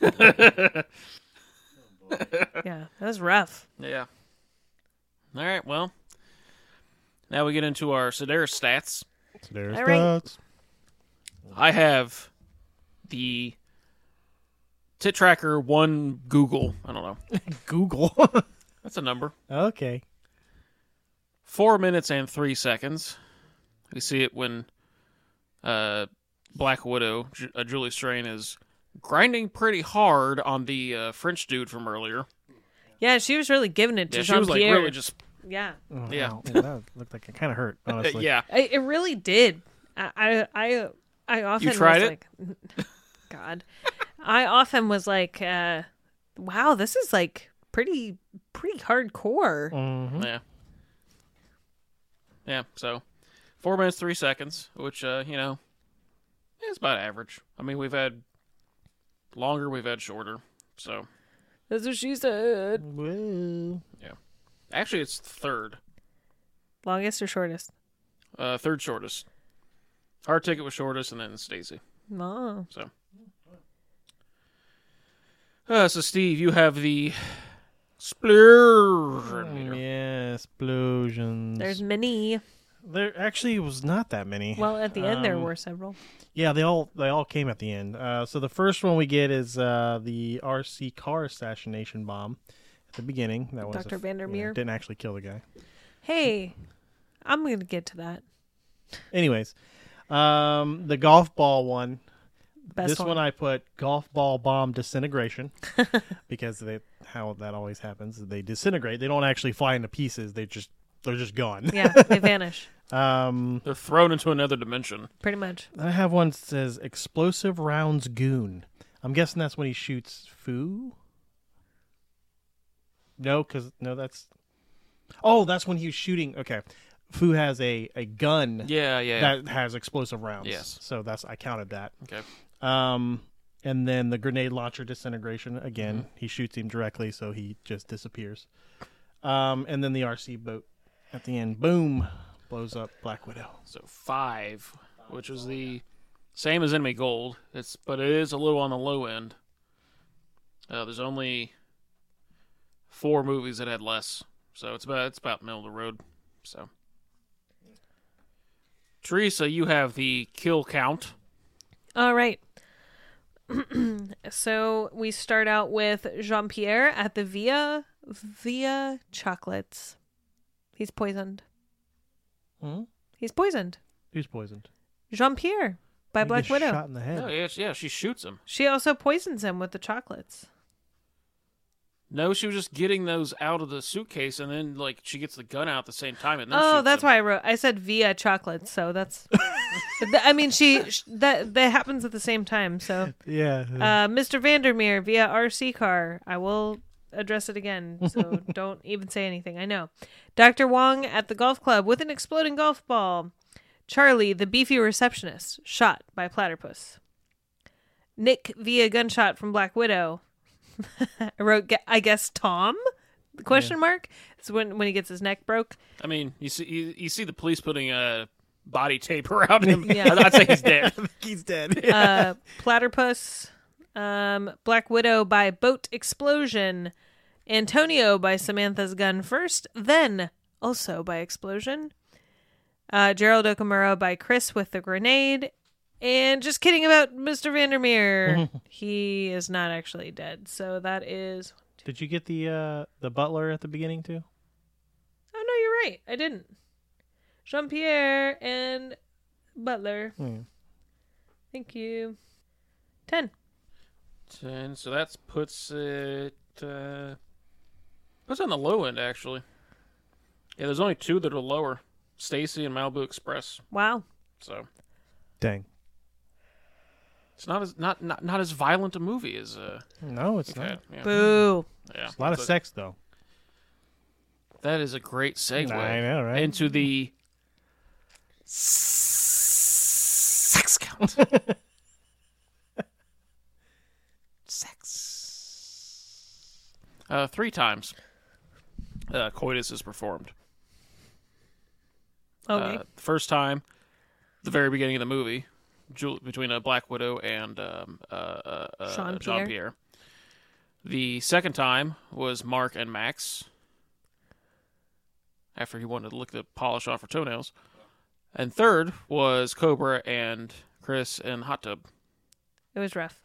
S1: yeah. That was rough.
S2: Yeah. All right. Well, now we get into our Sedaris stats.
S3: There's
S1: All right.
S3: thoughts.
S2: I have the tit tracker one Google. I don't know.
S3: Google.
S2: That's a number.
S3: okay.
S2: Four minutes and three seconds. We see it when uh, Black Widow, Ju- uh, Julie Strain, is grinding pretty hard on the uh, French dude from earlier.
S1: Yeah, she was really giving it to
S2: Yeah, she
S1: Jean
S2: was like
S1: Pierre.
S2: really just
S1: Yeah.
S3: Oh,
S2: Yeah.
S3: wow. Ooh, that looked like it kind of hurt. Honestly.
S2: uh, yeah.
S1: I, it really did. I I I, I often
S2: tried
S1: was
S2: it?
S1: like God. I often was like, uh, wow, this is like pretty pretty hardcore.
S3: Mhm.
S2: Yeah. Yeah, so four minutes, three seconds, which, uh, you know, is about average. I mean, we've had longer, we've had shorter. So
S1: That's what she said.
S3: Woo.
S2: actually, it's third,
S1: Longest or shortest?
S2: uh, third shortest. Hard ticket was shortest, and then Stacy.
S1: No.
S2: So, uh, so Steve, you have the splurge meter.
S3: Mm, Yeah, explosions.
S1: There's many.
S3: There actually was not that many.
S1: Well, at the end there
S3: Um,
S1: were several.
S3: Yeah, they all they all came at the end. Uh, so the first one we get is uh, the RC car assassination bomb at the beginning. That was a
S1: Dr.
S3: f-
S1: Vandermeer.
S3: yeah, didn't actually kill the guy.
S1: Hey, I'm gonna get to that.
S3: Anyways, um, the golf ball one.
S1: Best
S3: this one. I put golf ball bomb disintegration because they how that always happens. They disintegrate. They don't actually fly into pieces. They just they're just gone.
S1: yeah, they vanish
S3: Um,
S2: They're thrown into another dimension.
S1: pretty much.
S3: I have one that says explosive rounds goon. I'm guessing that's when he shoots foo. No, because no, that's oh, that's when he was shooting. Okay, foo has a a gun
S2: Yeah, yeah.
S3: that has explosive rounds.
S2: Yes.
S3: so that's I counted that.
S2: okay.
S3: Um, and then the grenade launcher disintegration again.
S2: Mm-hmm.
S3: He shoots him directly, so he just disappears. Um, and then the RC boat at the end, boom, blows up Black Widow.
S2: So five, which is the same as enemy gold. It's but it is a little on the low end. Uh, there's only four movies that had less, so it's about it's about middle of the road. So, Teresa, you have the kill count.
S1: All right. so we start out with Jean Pierre at the Via Via Chocolates. He's poisoned.
S3: Hmm?
S1: He's poisoned.
S3: Who's poisoned?
S1: Jean Pierre by
S3: He
S1: Black
S3: gets
S1: Widow.
S3: Shot in the head.
S2: Oh yeah, she- yeah, she shoots him.
S1: She also poisons him with the chocolates.
S2: No, she was just getting those out of the suitcase, and then like she gets the gun out at the same time. And then
S1: oh,
S2: shoots
S1: that's
S2: him.
S1: why I wrote. I said Via Chocolates, so that's. Th- I mean, she sh- that that happens at the same time. So
S3: Yeah.
S1: Uh, Mr. Vandermeer via RC car. I will address it again, so don't even say anything. I know. Dr. Wong at the golf club with an exploding golf ball. Charlie, the beefy receptionist, shot by platypus. Nick via gunshot from Black Widow. I wrote, gu- I guess Tom? Question mark. It's when when he gets his neck broke.
S2: I mean, you see, you, you see the police putting uh, body tape around him.
S1: Yeah.
S2: I'd, I'd say he's dead.
S3: he's dead.
S1: uh, Platypus, um, Black Widow by boat explosion, Antonio by Samantha's Gun first, then also by Explosion. Uh, Gerald Okamura by Chris with the Grenade. And just kidding about Mr. Vandermeer. he is not actually dead. So that is.
S3: Did you get the uh, the butler at the beginning too?
S1: Oh, no, you're right. I didn't. Jean Pierre and Butler.
S3: Hmm.
S1: Thank you. 10.
S2: 10. So that puts it. Uh, puts it on the low end, actually. Yeah, there's only two that are lower Stacy and Malibu Express.
S1: Wow.
S2: So
S3: Dang.
S2: it's not as not, not, not as violent a movie as. Uh,
S3: No, it's
S2: yeah,
S3: not.
S2: yeah.
S1: Boo.
S2: Yeah.
S3: It's a lot of
S2: But
S3: sex though.
S2: That is a great segue
S3: I know, right?
S2: into the. Sex count. sex. Uh, three times uh, coitus is performed.
S1: Oh, Okay.
S2: Uh, first time, the very beginning of the movie, Jul- between a Black Widow and um, uh, uh, uh,
S1: Sean Pierre.
S2: Jean Pierre. The second time was Mark and Max. After he wanted to lick the polish off her toenails, and third was Cobra and Chris and Hot Tub.
S1: it was rough.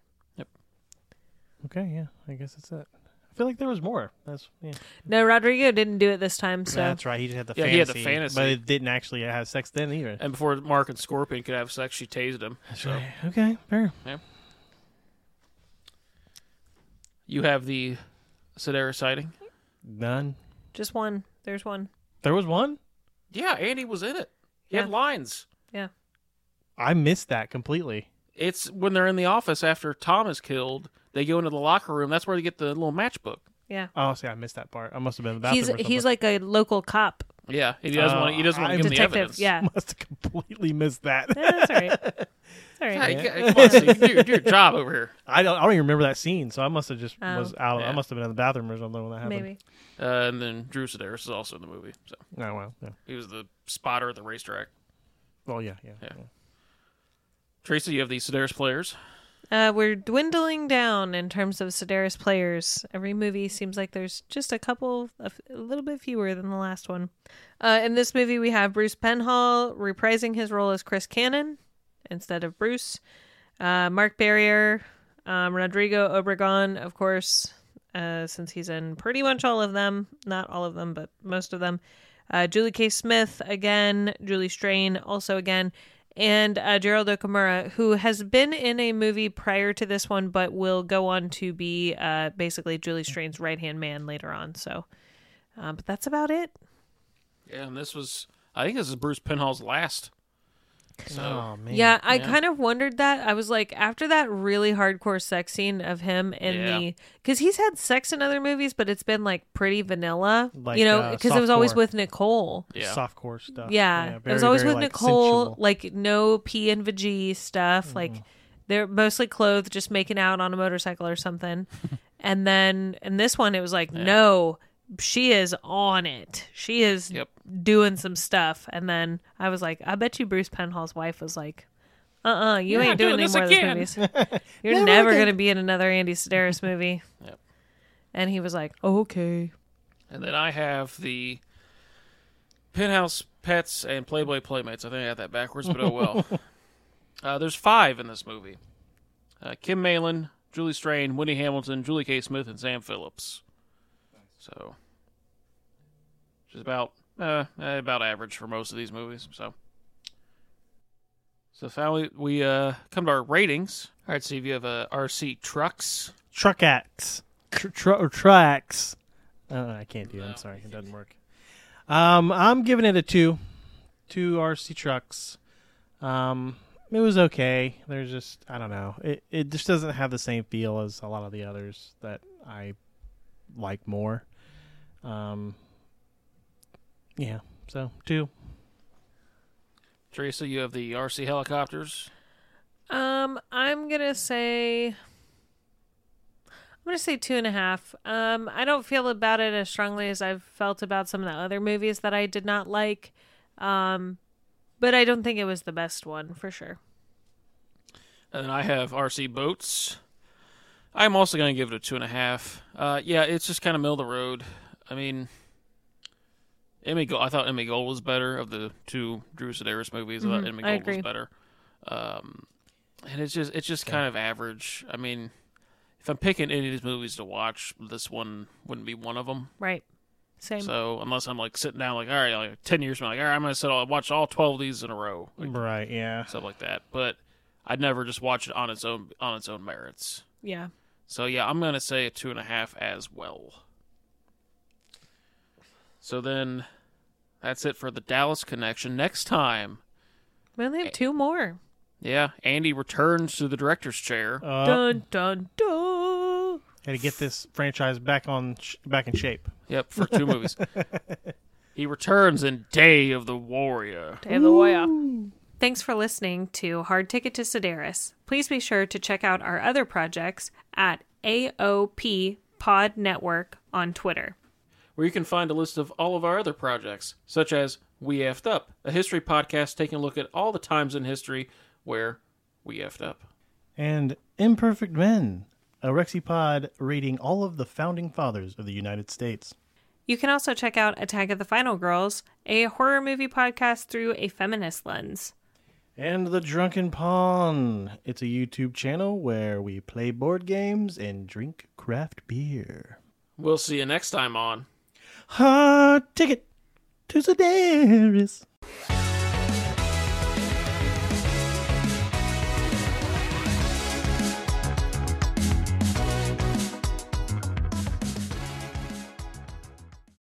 S3: Okay, yeah. I guess that's it. I feel like there was more. That's yeah.
S1: No, Rodrigo didn't do it this time. So
S3: That's right. He just had the
S2: Yeah,
S3: fantasy,
S2: he had the fantasy.
S3: but it didn't actually have sex then either.
S2: And before Mark and Scorpion could have sex, she tased him. so
S3: Okay, fair.
S2: you have the Sedera sighting.
S3: None.
S1: just one. There's one.
S3: There was one.
S2: Yeah, Andy was in it. He had
S1: Yeah.
S2: lines.
S1: Yeah.
S3: I missed that completely.
S2: It's when they're in the office after Tom is killed. They go into the locker room. That's where they get the little matchbook.
S1: Yeah.
S3: Oh, see, I missed that part. I must have been in the bathroom.
S1: He's
S3: or something.
S1: he's like a local cop
S2: Yeah, he doesn't
S3: Oh,
S2: want. He doesn't want
S3: I-
S2: to give him the
S1: Uh, detective.
S2: evidence.
S1: Yeah.
S3: must have completely missed that.
S1: Yeah, That's all right. That's all right.
S2: Hey, g- come on, Steve, do, your- do your job over here.
S3: I don't. I don't even remember that scene. So I must have just
S1: Oh.
S3: was out.
S2: Yeah.
S3: I must have been in the bathroom or something when that happened.
S1: Maybe.
S2: Uh, and then Drew Sedaris is also in the movie. So
S3: Oh well. Yeah.
S2: he was the spotter at the racetrack.
S3: Well, yeah, yeah.
S2: Yeah.
S3: yeah.
S2: Tracy, you have the Sedaris players.
S1: Uh, we're dwindling down in terms of Sedaris players. Every movie seems like there's just a couple, a, f- a little bit fewer than the last one. Uh, in this movie, we have Bruce Penhall reprising his role as Chris Cannon instead of Bruce. Uh, Mark Barrier, um, Rodrigo Obregon, of course, uh, since he's in pretty much all of them. Not all of them, but most of them. Uh, Julie K. Smith again, Julie Strain also again, and uh, Gerald Okamura, who has been in a movie prior to this one, but will go on to be uh, basically Julie Strain's right hand man later on. So, um, but that's about it.
S2: Yeah, and this was. I think this is Bruce Penhall's last. So
S3: Oh man.
S1: Yeah, I
S2: Yeah.
S1: kind of wondered that. I was like, after that really hardcore sex scene of him in
S2: Yeah.
S1: the, because he's had sex in other movies, but it's been like pretty vanilla,
S3: Like,
S1: you know,
S3: uh,
S1: because it was always
S3: softcore.
S1: with Nicole.
S2: yeah,
S3: Softcore stuff.
S1: Yeah, it was
S3: very,
S1: always
S3: very,
S1: with
S3: like,
S1: Nicole,
S3: sensual. Mm-hmm.
S1: like no P and G stuff. Like they're mostly clothed, just making out on a motorcycle or something. and then in this one, it was like, no, she is on it. She is
S2: Yep.
S1: doing some stuff. And then I was like, I bet you Bruce Penhall's wife was like, uh uh you
S2: You're
S1: ain't
S2: not
S1: doing,
S2: doing
S1: any
S2: this
S1: more
S2: again."
S1: of these movies. You're never,
S3: again.
S1: going to be in another Andy Sedaris movie.
S2: Yep.
S1: And he was like, oh, okay.
S2: and then I have the Penthouse Pets and Playboy Playmates. I think I got that backwards, but oh well. uh, there's five in this movie uh, Kim Malin, Julie Strain, Winnie Hamilton, Julie K. Smith, and Sam Phillips. So, just about uh, eh, about average for most of these movies. So, so finally we uh, come to our ratings. All right, so if you have uh, RC trucks.
S3: truck acts, tr- tr- or tracks. Uh, I can't do it. I'm sorry, it doesn't work. Um, I'm giving it a two, two RC trucks. Um, it was okay. There's just I don't know. It it just doesn't have the same feel as a lot of the others that I like more. Um, yeah. So two.
S2: Teresa, you have the RC helicopters.
S1: Um, I'm gonna say I'm gonna say two and a half. Um, I don't feel about it as strongly as I've felt about some of the other movies that I did not like. Um, but I don't think it was the best one for sure.
S2: And then I have RC boats, I'm also going to give it a two and a half. Uh, yeah, it's just kind of middle of the road. I mean, Emmy Gold. I thought Emmy Gold was better of the two Drew Sedaris movies. I
S1: Mhm,
S2: thought Emmy
S1: I
S2: Gold was
S1: agree.
S2: better. Um, and it's just it's just kind of average. I mean, if I'm picking any of these movies to watch, this one wouldn't be one of them.
S1: Right. Same.
S2: So unless I'm like sitting down, like all right, like ten years from now, like all right, I'm gonna sit, I'll watch all twelve of these in a row, like,
S3: Right. Yeah.
S2: stuff like that. But I'd never just watch it on its own on its own merits.
S1: yeah.
S2: So yeah, I'm gonna say a two and a half as well. So then, that's it for the Dallas connection. Next time,
S1: We only have two more.
S2: yeah, Andy returns to the director's chair.
S3: Uh,
S1: dun dun dun.
S3: Had to get this franchise back on sh- back in shape.
S2: Yep, for two movies. He returns in Day of the Warrior.
S1: Day of the Warrior. Thanks for listening to Hard Ticket to Sedaris. Please be sure to check out our other projects at AOP Pod Network on Twitter.
S2: where you can find a list of all of our other projects, such as We Effed Up, a history podcast taking a look at all the times in history where we effed up.
S3: And Imperfect Men, a Rexipod reading all of the founding fathers of the United States.
S1: You can also check out Attack of the Final Girls, a horror movie podcast through a feminist lens.
S3: And The Drunken Pawn. It's a YouTube channel where we play board games and drink craft beer.
S2: We'll see you next time on.
S3: Hard ticket to Sedaris.